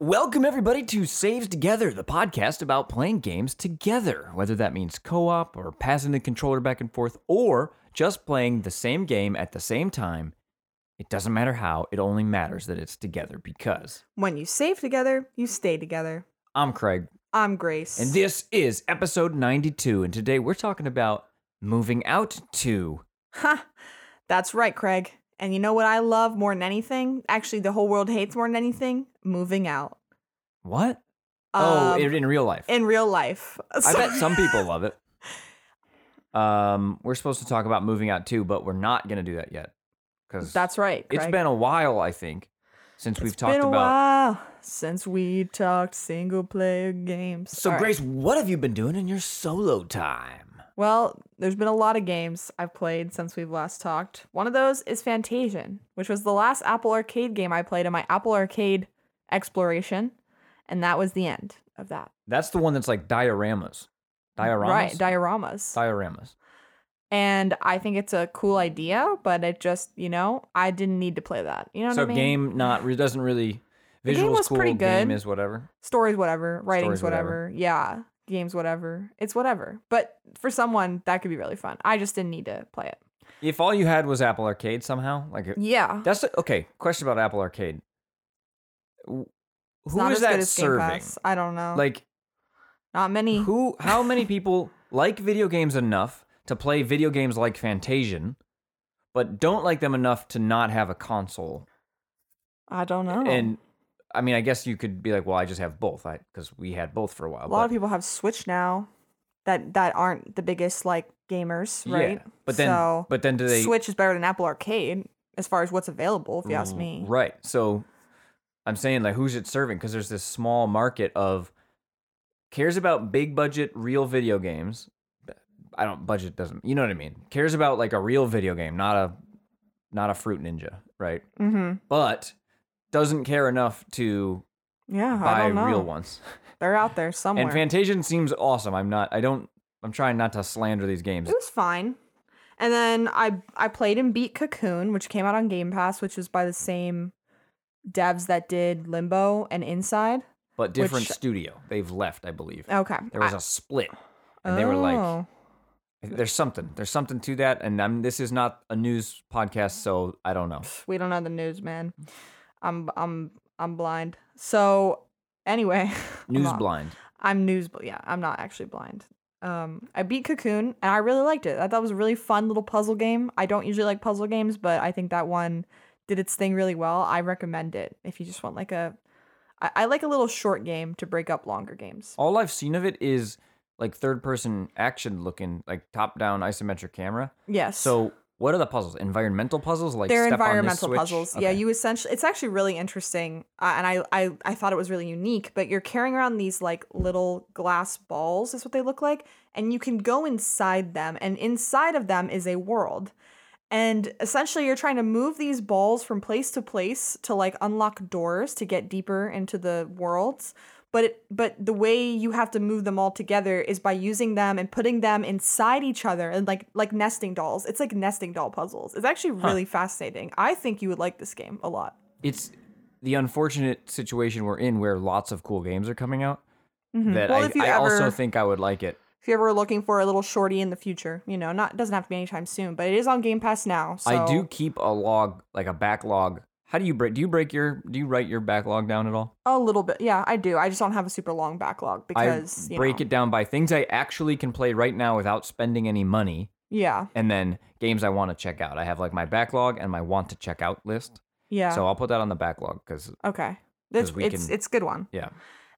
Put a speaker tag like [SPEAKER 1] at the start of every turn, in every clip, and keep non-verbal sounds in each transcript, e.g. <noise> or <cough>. [SPEAKER 1] Welcome, everybody, to Saves Together, the podcast about playing games together, whether that means co op or passing the controller back and forth or just playing the same game at the same time. It doesn't matter how, it only matters that it's together because
[SPEAKER 2] When you save together, you stay together.
[SPEAKER 1] I'm Craig
[SPEAKER 2] I'm Grace.
[SPEAKER 1] and this is episode 92. And today we're talking about moving out to.
[SPEAKER 2] ha! That's right, Craig. And you know what I love more than anything? Actually, the whole world hates more than anything? Moving out.
[SPEAKER 1] What? oh,
[SPEAKER 2] Um,
[SPEAKER 1] in, in real life.
[SPEAKER 2] in real life. <laughs>
[SPEAKER 1] I bet some people love it. Um, we're supposed to talk about moving out too, but we're not going to do that yet because
[SPEAKER 2] That's right. Craig.
[SPEAKER 1] It's been a while, I think, since we've
[SPEAKER 2] It's
[SPEAKER 1] talked
[SPEAKER 2] been a
[SPEAKER 1] about.
[SPEAKER 2] while since we talked single player games.
[SPEAKER 1] So,
[SPEAKER 2] All right.
[SPEAKER 1] Grace, what have you been doing in your solo time?
[SPEAKER 2] Well, there's been a lot of games I've played since we've last talked. One of those is Fantasian, which was the last Apple Arcade game I played in my Apple Arcade exploration, and that was the end of that.
[SPEAKER 1] That's the one that's like dioramas, dioramas,
[SPEAKER 2] Right, dioramas.
[SPEAKER 1] dioramas.
[SPEAKER 2] and I think it's a cool idea, but it just, you know, I didn't need to play that. You know
[SPEAKER 1] so,
[SPEAKER 2] what I mean?
[SPEAKER 1] game not re- doesn't really.
[SPEAKER 2] The
[SPEAKER 1] Visuals
[SPEAKER 2] game was
[SPEAKER 1] cool.
[SPEAKER 2] pretty
[SPEAKER 1] Game
[SPEAKER 2] good.
[SPEAKER 1] is whatever.
[SPEAKER 2] stories whatever, writings
[SPEAKER 1] Stories, whatever.
[SPEAKER 2] whatever. Yeah, games whatever. It's whatever. But for someone that could be really fun. I just didn't need to play it.
[SPEAKER 1] If all you had was Apple Arcade somehow, like
[SPEAKER 2] Yeah.
[SPEAKER 1] that's okay. Question about Apple Arcade. W-
[SPEAKER 2] It's
[SPEAKER 1] Who
[SPEAKER 2] not
[SPEAKER 1] is
[SPEAKER 2] as good
[SPEAKER 1] that
[SPEAKER 2] as Game
[SPEAKER 1] serving?
[SPEAKER 2] Pass. I don't know.
[SPEAKER 1] Like
[SPEAKER 2] not many.
[SPEAKER 1] who? How many people like video games enough to play video games like Fantasian, but don't like them enough to not have a console
[SPEAKER 2] I don't know.
[SPEAKER 1] and I mean, I guess you could be like, well, I just have both, I because we had both for a while.
[SPEAKER 2] a lot of people have Switch now that that aren't the biggest like gamers, right?
[SPEAKER 1] but then,
[SPEAKER 2] so
[SPEAKER 1] but then do they
[SPEAKER 2] Switch is better than Apple Arcade as far as what's available, if you ask me.
[SPEAKER 1] Right. So I'm saying like, who's it serving? Because there's this small market of cares about big budget real video games. I don't budget doesn't you know what I mean? Cares about like a real video game, not a not a fruit ninja, right?
[SPEAKER 2] Mm-hmm.
[SPEAKER 1] But doesn't care enough to
[SPEAKER 2] Yeah, Uh-huh, I
[SPEAKER 1] buy
[SPEAKER 2] don't know.
[SPEAKER 1] real ones.
[SPEAKER 2] They're out there somewhere.
[SPEAKER 1] And Fantasian seems awesome. I'm not. I don't. I'm trying not to slander these games.
[SPEAKER 2] It was fine. And then I I played and beat Cocoon, which came out on Game Pass, which was by the same devs that did Limbo and Inside.
[SPEAKER 1] but different
[SPEAKER 2] Which-
[SPEAKER 1] studio. They've left, I believe.
[SPEAKER 2] Okay.
[SPEAKER 1] There was
[SPEAKER 2] I-
[SPEAKER 1] a split, and they were like,
[SPEAKER 2] Oh.
[SPEAKER 1] "There's something. There's something to that." And I'm, this is not a news podcast, so I don't know.
[SPEAKER 2] we don't know the news, man.
[SPEAKER 1] Mm.
[SPEAKER 2] I'm I'm I'm blind. So anyway, <laughs> I'm
[SPEAKER 1] News
[SPEAKER 2] not-
[SPEAKER 1] blind.
[SPEAKER 2] I'm news, but yeah, I'm not actually blind. Um, I beat Cocoon and I really liked it. I thought it was a really fun little puzzle game. I don't usually like puzzle games, but I think that one did its thing really well. I recommend it if you just want like a. I, I like a little short game to break up longer games.
[SPEAKER 1] All I've seen of it is like third person action looking, like top down isometric camera.
[SPEAKER 2] Yes.
[SPEAKER 1] So what are the puzzles? Environmental puzzles, like
[SPEAKER 2] they're
[SPEAKER 1] step on this
[SPEAKER 2] environmental
[SPEAKER 1] switch?
[SPEAKER 2] puzzles. Yeah,
[SPEAKER 1] Okay.
[SPEAKER 2] you essentially it's actually really interesting, uh, and I, I I thought it was really unique. But you're carrying around these like little glass balls, is what they look like, and you can go inside them, and inside of them is a world. And essentially, you're trying to move these balls from place to place to like unlock doors to get deeper into the worlds. But it, but the way you have to move them all together is by using them and putting them inside each other and like like nesting dolls. It's like nesting doll puzzles. It's actually really fascinating. I think you would like this game a lot.
[SPEAKER 1] It's the unfortunate situation we're in where lots of cool games are coming out. That
[SPEAKER 2] Mm-hmm. Well,
[SPEAKER 1] I,
[SPEAKER 2] if you
[SPEAKER 1] I also
[SPEAKER 2] ever-
[SPEAKER 1] think I would like it.
[SPEAKER 2] If you're ever looking for a little shorty in the future, you know, not doesn't have to be anytime soon, but it is on Game Pass now. So
[SPEAKER 1] I do keep a log, like a backlog. How do you break? Do you break your? Do you write your backlog down at all?
[SPEAKER 2] a little bit. Yeah, I do. I just don't have a super long backlog because
[SPEAKER 1] I
[SPEAKER 2] you
[SPEAKER 1] break
[SPEAKER 2] know,
[SPEAKER 1] it down by things I actually can play right now without spending any money,
[SPEAKER 2] Yeah,
[SPEAKER 1] and then games I want to check out. I have like my backlog and my want to check out list.
[SPEAKER 2] yeah.
[SPEAKER 1] So I'll put that on the backlog because
[SPEAKER 2] Okay. That's
[SPEAKER 1] 'Cause we
[SPEAKER 2] it's
[SPEAKER 1] can-
[SPEAKER 2] it's a good one.
[SPEAKER 1] yeah,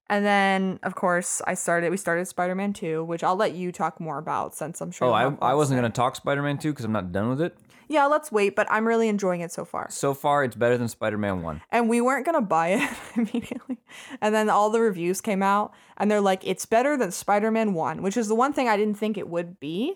[SPEAKER 2] And then of course I started we started Spider Man two, which I'll let you talk more about since I'm sure.
[SPEAKER 1] oh
[SPEAKER 2] you'll
[SPEAKER 1] I
[SPEAKER 2] have
[SPEAKER 1] I
[SPEAKER 2] lots
[SPEAKER 1] wasn't
[SPEAKER 2] to
[SPEAKER 1] gonna talk Spider Man two because I'm not done with it.
[SPEAKER 2] say. Yeah, let's wait, but I'm really enjoying it so far.
[SPEAKER 1] So far, it's better than Spider Man one.
[SPEAKER 2] And we weren't gonna buy it <laughs> immediately. And then all the reviews came out and they're like, it's better than Spider Man one, which is the one thing I didn't think it would be.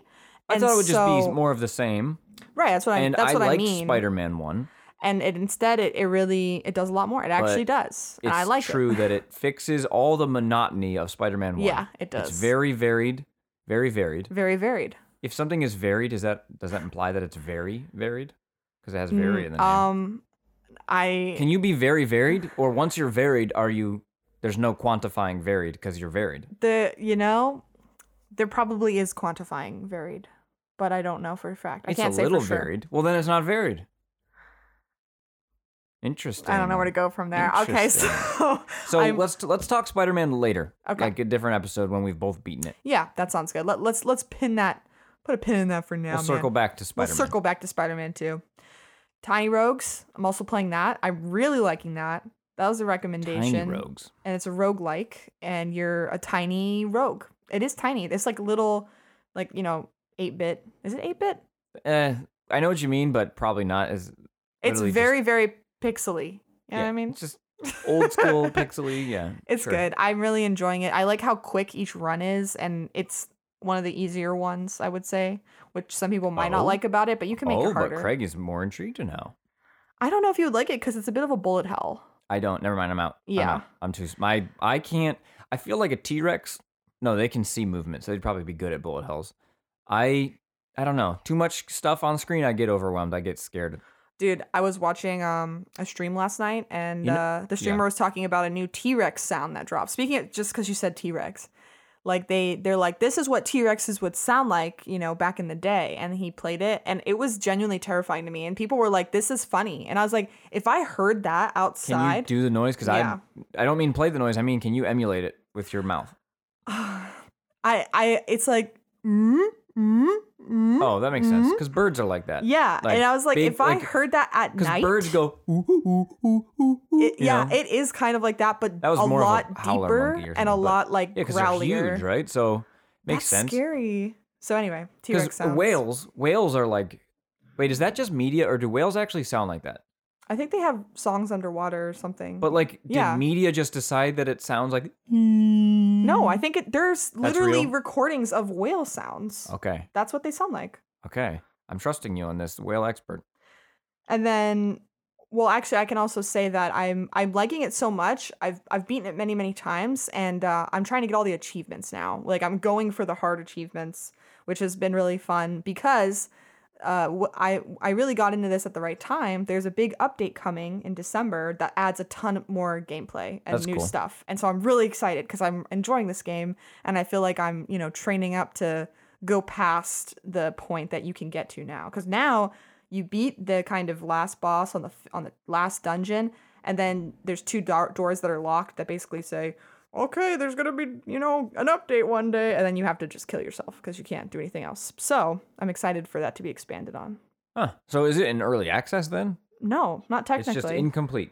[SPEAKER 1] I
[SPEAKER 2] And
[SPEAKER 1] thought it would just
[SPEAKER 2] so-
[SPEAKER 1] be more of the same,
[SPEAKER 2] Right, that's what I
[SPEAKER 1] and
[SPEAKER 2] that's
[SPEAKER 1] I
[SPEAKER 2] what I
[SPEAKER 1] liked
[SPEAKER 2] mean.
[SPEAKER 1] Spider Man one.
[SPEAKER 2] and it instead it, it really it does a lot more. It actually does. And
[SPEAKER 1] It's
[SPEAKER 2] I like it.
[SPEAKER 1] true that it fixes all the monotony of Spider Man one.
[SPEAKER 2] Yeah, it does.
[SPEAKER 1] It's very varied, very varied.
[SPEAKER 2] very varied.
[SPEAKER 1] If something is varied, is that does that imply that it's very varied? Because it has
[SPEAKER 2] Mm,
[SPEAKER 1] very in the name.
[SPEAKER 2] Um I
[SPEAKER 1] Can you be very varied, or once you're varied, are you There's no quantifying varied because you're varied.
[SPEAKER 2] The you know, there probably is quantifying varied, but I don't know for a fact. I
[SPEAKER 1] it's
[SPEAKER 2] can't
[SPEAKER 1] a
[SPEAKER 2] say
[SPEAKER 1] little
[SPEAKER 2] for sure.
[SPEAKER 1] varied. Well, then it's not varied. Interesting.
[SPEAKER 2] I don't know where to go from there. Okay, <laughs>
[SPEAKER 1] Interesting.
[SPEAKER 2] so
[SPEAKER 1] So
[SPEAKER 2] I'm-
[SPEAKER 1] let's let's talk Spider-Man later.
[SPEAKER 2] Okay.
[SPEAKER 1] Like a different episode when we've both beaten it.
[SPEAKER 2] yeah, that sounds good. Let, let's let's pin that, put a pin in that for now.
[SPEAKER 1] We'll
[SPEAKER 2] man.
[SPEAKER 1] circle back to
[SPEAKER 2] We'll
[SPEAKER 1] Spider-Man.
[SPEAKER 2] circle back to Spider Man 2. Tiny Rogues. I'm also playing that. I'm really liking that. That was a recommendation.
[SPEAKER 1] Tiny rogues.
[SPEAKER 2] And it's a roguelike, and you're a tiny rogue. It is tiny. It's like little, like, you know, 8 bit. Is it 8 bit?
[SPEAKER 1] Eh, I know what you mean, but probably not as.
[SPEAKER 2] It's
[SPEAKER 1] Literally just-
[SPEAKER 2] very, very pixely. You know what
[SPEAKER 1] yeah,
[SPEAKER 2] I mean?
[SPEAKER 1] it's just old
[SPEAKER 2] <laughs>
[SPEAKER 1] school pixely. Yeah,
[SPEAKER 2] It's
[SPEAKER 1] sure.
[SPEAKER 2] good. I'm really enjoying it. I like how quick each run is, and it's one of the easier ones, I would say, which some people might
[SPEAKER 1] Oh.
[SPEAKER 2] not like about it, but you can make
[SPEAKER 1] oh,
[SPEAKER 2] it harder.
[SPEAKER 1] but Craig is more intrigued now.
[SPEAKER 2] I don't know if you would like it because it's a bit of a bullet hell.
[SPEAKER 1] I don't. Never mind. I'm out. I'm,
[SPEAKER 2] Yeah.
[SPEAKER 1] out. I'm too. s- My I can't. I feel like a T Rex. No, they can see movement, so they'd probably be good at bullet hells. I I don't know. Too much stuff on screen. I get overwhelmed. I get scared.
[SPEAKER 2] Dude, I was watching um a stream last night, and
[SPEAKER 1] You kn-
[SPEAKER 2] uh, the streamer was talking about a new T Rex sound that dropped. Speaking of just because you said T Rex, like they they're like this is what T Rexes would sound like, you know, back in the day. And he played it, and it was genuinely terrifying to me. And people were like, "This is funny," and I was like, "If I heard that
[SPEAKER 1] Can
[SPEAKER 2] outside,
[SPEAKER 1] you do the noise? Because
[SPEAKER 2] Yeah.
[SPEAKER 1] I I don't mean play the noise. I mean, can you emulate it with your mouth?
[SPEAKER 2] I <sighs> I it's like." Mm, mm, mm.
[SPEAKER 1] Oh, that makes sense. Because birds are like that.
[SPEAKER 2] Yeah,
[SPEAKER 1] like,
[SPEAKER 2] and I was like,
[SPEAKER 1] big-
[SPEAKER 2] if I
[SPEAKER 1] like-
[SPEAKER 2] heard that at
[SPEAKER 1] Because
[SPEAKER 2] night,
[SPEAKER 1] birds go ooh ooh ooh ooh ooh. ooh
[SPEAKER 2] It,
[SPEAKER 1] you
[SPEAKER 2] yeah,
[SPEAKER 1] know?
[SPEAKER 2] it is kind of like that, but
[SPEAKER 1] That was
[SPEAKER 2] a
[SPEAKER 1] more of a
[SPEAKER 2] lot
[SPEAKER 1] howler
[SPEAKER 2] deeper
[SPEAKER 1] monkey or
[SPEAKER 2] and a
[SPEAKER 1] something, but-
[SPEAKER 2] lot like
[SPEAKER 1] yeah, because they're
[SPEAKER 2] growlier.
[SPEAKER 1] huge, right? So makes
[SPEAKER 2] That's
[SPEAKER 1] sense.
[SPEAKER 2] Scary. So anyway, T Rex
[SPEAKER 1] Because
[SPEAKER 2] sounds.
[SPEAKER 1] whales, whales are like, wait, is that just media or do whales actually sound like that?
[SPEAKER 2] I think they have songs underwater or something.
[SPEAKER 1] But like, did
[SPEAKER 2] Yeah. Hmm.
[SPEAKER 1] media just decide that it sounds like?
[SPEAKER 2] no, I think it, there's literally
[SPEAKER 1] mm. real? Oh.
[SPEAKER 2] recordings of whale sounds.
[SPEAKER 1] Okay,
[SPEAKER 2] That's what they sound like.
[SPEAKER 1] okay, I'm trusting you on this, whale expert.
[SPEAKER 2] And then, well, actually, I can also say that I'm I'm liking it so much. I've I've beaten it many many times, and uh, I'm trying to get all the achievements now. Like I'm going for the hard achievements, which has been really fun because uh, wh- I I really got into this at the right time. There's a big update coming in December that adds a ton more gameplay and
[SPEAKER 1] That's
[SPEAKER 2] new
[SPEAKER 1] cool.
[SPEAKER 2] stuff, and so I'm really excited because I'm enjoying this game, and I feel like I'm you know training up to go past the point that you can get to now because now you beat the kind of last boss on the f- on the last dungeon and then there's two do- doors that are locked that basically say okay there's going to be you know an update one day and then you have to just kill yourself because you can't do anything else so i'm excited for that to be expanded on
[SPEAKER 1] Huh? So is it in early access then?
[SPEAKER 2] no not
[SPEAKER 1] It's just
[SPEAKER 2] technically
[SPEAKER 1] incomplete.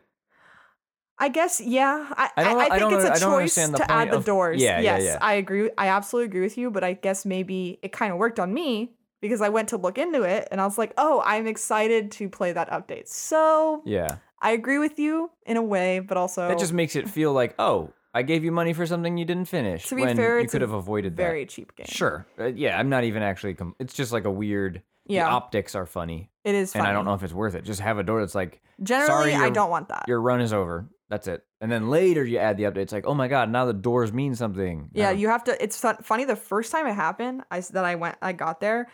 [SPEAKER 2] i guess yeah i,
[SPEAKER 1] I
[SPEAKER 2] I,
[SPEAKER 1] don't-
[SPEAKER 2] I
[SPEAKER 1] I
[SPEAKER 2] think
[SPEAKER 1] don't
[SPEAKER 2] it's
[SPEAKER 1] under-
[SPEAKER 2] a
[SPEAKER 1] I don't
[SPEAKER 2] choice
[SPEAKER 1] understand the
[SPEAKER 2] to add
[SPEAKER 1] point
[SPEAKER 2] the
[SPEAKER 1] of-
[SPEAKER 2] doors
[SPEAKER 1] Yeah, yeah,
[SPEAKER 2] yes
[SPEAKER 1] yeah.
[SPEAKER 2] i agree i absolutely agree with you but i guess maybe it kind of worked on me because i went to look into it and i was like oh i'm excited to play that update so
[SPEAKER 1] Yeah,
[SPEAKER 2] I agree with you in a way, but also
[SPEAKER 1] that just makes it feel like, oh, I gave you money for something you didn't finish.
[SPEAKER 2] To be
[SPEAKER 1] when
[SPEAKER 2] fair,
[SPEAKER 1] you
[SPEAKER 2] it's
[SPEAKER 1] could
[SPEAKER 2] a
[SPEAKER 1] have avoided that.
[SPEAKER 2] very cheap game.
[SPEAKER 1] Sure. Uh, yeah, I'm not even actually. Com- it's just like a weird.
[SPEAKER 2] Yeah.
[SPEAKER 1] The optics are funny,
[SPEAKER 2] It is funny.
[SPEAKER 1] and I don't know if it's worth it. Just have a door that's like
[SPEAKER 2] Generally,
[SPEAKER 1] Sorry,
[SPEAKER 2] I
[SPEAKER 1] you're-
[SPEAKER 2] don't want that.
[SPEAKER 1] your run is over. That's it. And then later you add the updates like, oh my god, now the doors mean something.
[SPEAKER 2] Yeah,
[SPEAKER 1] Um,
[SPEAKER 2] you have to. It's fun, funny. The first time it happened, I s- that I went, I got there.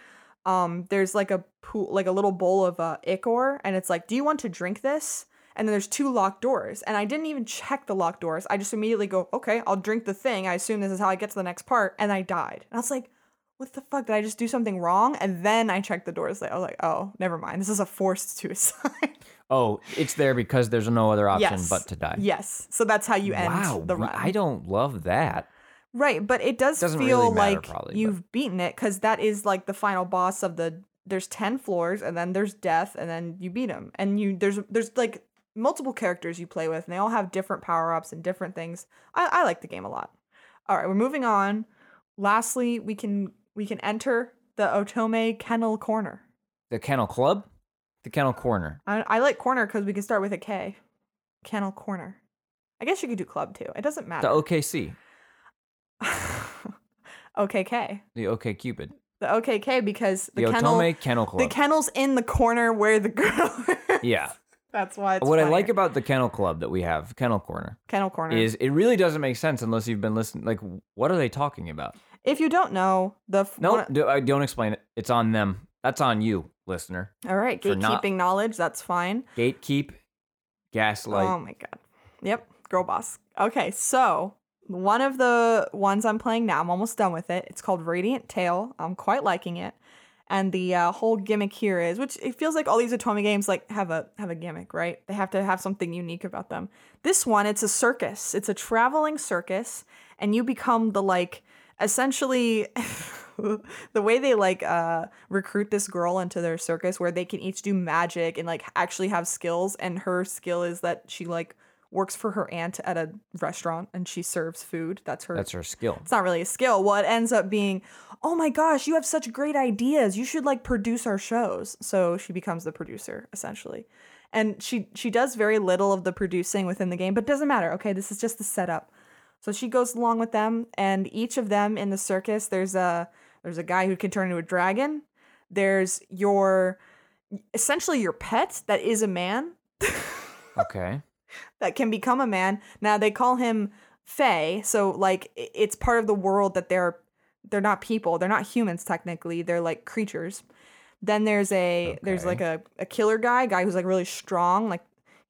[SPEAKER 2] Um, there's like a pool, like a little bowl of uh, ichor, and it's like, do you want to drink this? And then there's two locked doors, and I didn't even check the locked doors. I just immediately go, okay, I'll drink the thing. I assume this is how I get to the next part, and I died. And I was like, what the fuck? Did I just do something wrong? And then I checked the doors. Like, I was like, oh, never mind. This is a forced <laughs> suicide.
[SPEAKER 1] Oh, it's there because there's no other option
[SPEAKER 2] Yes.
[SPEAKER 1] but to die.
[SPEAKER 2] yes. So that's how you end
[SPEAKER 1] wow,
[SPEAKER 2] the
[SPEAKER 1] we-
[SPEAKER 2] run.
[SPEAKER 1] I don't love that.
[SPEAKER 2] Right, but it does
[SPEAKER 1] Doesn't really
[SPEAKER 2] feel
[SPEAKER 1] matter,
[SPEAKER 2] like
[SPEAKER 1] probably, but-
[SPEAKER 2] you've beaten it because that is like the final boss of the. There's ten floors, and then there's death, and then you beat him. And you there's there's like multiple characters you play with, and they all have different power ups and different things. I, I like the game a lot. All right, we're moving on. Lastly, we can we can enter the Otome Kennel Corner.
[SPEAKER 1] The kennel club, the kennel corner.
[SPEAKER 2] I, I like corner because we can start with a K. Kennel Corner. I guess you could do club too. It doesn't
[SPEAKER 1] The
[SPEAKER 2] matter.
[SPEAKER 1] OKC,
[SPEAKER 2] <laughs> OKK.
[SPEAKER 1] the OK Cupid,
[SPEAKER 2] the OKK because
[SPEAKER 1] the,
[SPEAKER 2] the, kennel
[SPEAKER 1] Otome Kennel Club.
[SPEAKER 2] the kennel's in the corner where the <laughs> girl is.
[SPEAKER 1] yeah.
[SPEAKER 2] <laughs> That's why it's
[SPEAKER 1] what I
[SPEAKER 2] funnier.
[SPEAKER 1] like about the kennel club that we have, kennel corner,
[SPEAKER 2] kennel corner
[SPEAKER 1] is it really doesn't make sense unless you've been listening. Like, what are they talking about?
[SPEAKER 2] if you don't know the f-
[SPEAKER 1] No,
[SPEAKER 2] one-
[SPEAKER 1] do, I don't explain it. It's on them. That's on you, listener.
[SPEAKER 2] all right,
[SPEAKER 1] for
[SPEAKER 2] gatekeeping
[SPEAKER 1] not-
[SPEAKER 2] knowledge, that's fine.
[SPEAKER 1] Gatekeep, gaslight.
[SPEAKER 2] oh my god. Yep, girl boss. Okay, so one of the ones I'm playing now, I'm almost done with it. It's called Radiant Tail. I'm quite liking it. And the uh, whole gimmick here is, which it feels like all these Atomi games like have a have a gimmick, right? They have to have something unique about them. This one, it's a circus. It's a traveling circus, and you become the like essentially <laughs> the way they like uh, recruit this girl into their circus, where they can each do magic and like actually have skills. And her skill is that she like works for her aunt at a restaurant and she serves food. That's her.
[SPEAKER 1] That's her
[SPEAKER 2] <laughs>
[SPEAKER 1] skill.
[SPEAKER 2] it's not really a skill. Well, it ends up being, oh my gosh, you have such great ideas. You should like produce our shows. So she becomes the producer essentially, and she she does very little of the producing within the game, but it doesn't matter. Okay, this is just the setup. So she goes along with them, and each of them in the circus, there's a there's a guy who can turn into a dragon. There's your essentially your pet that is a man
[SPEAKER 1] Okay.
[SPEAKER 2] that can become a man. Now they call him Fey, so like i- it's part of the world that they're they're not people, they're not humans technically, they're like creatures. Then there's a there's
[SPEAKER 1] Okay.
[SPEAKER 2] like a, a killer guy, guy who's like really strong, like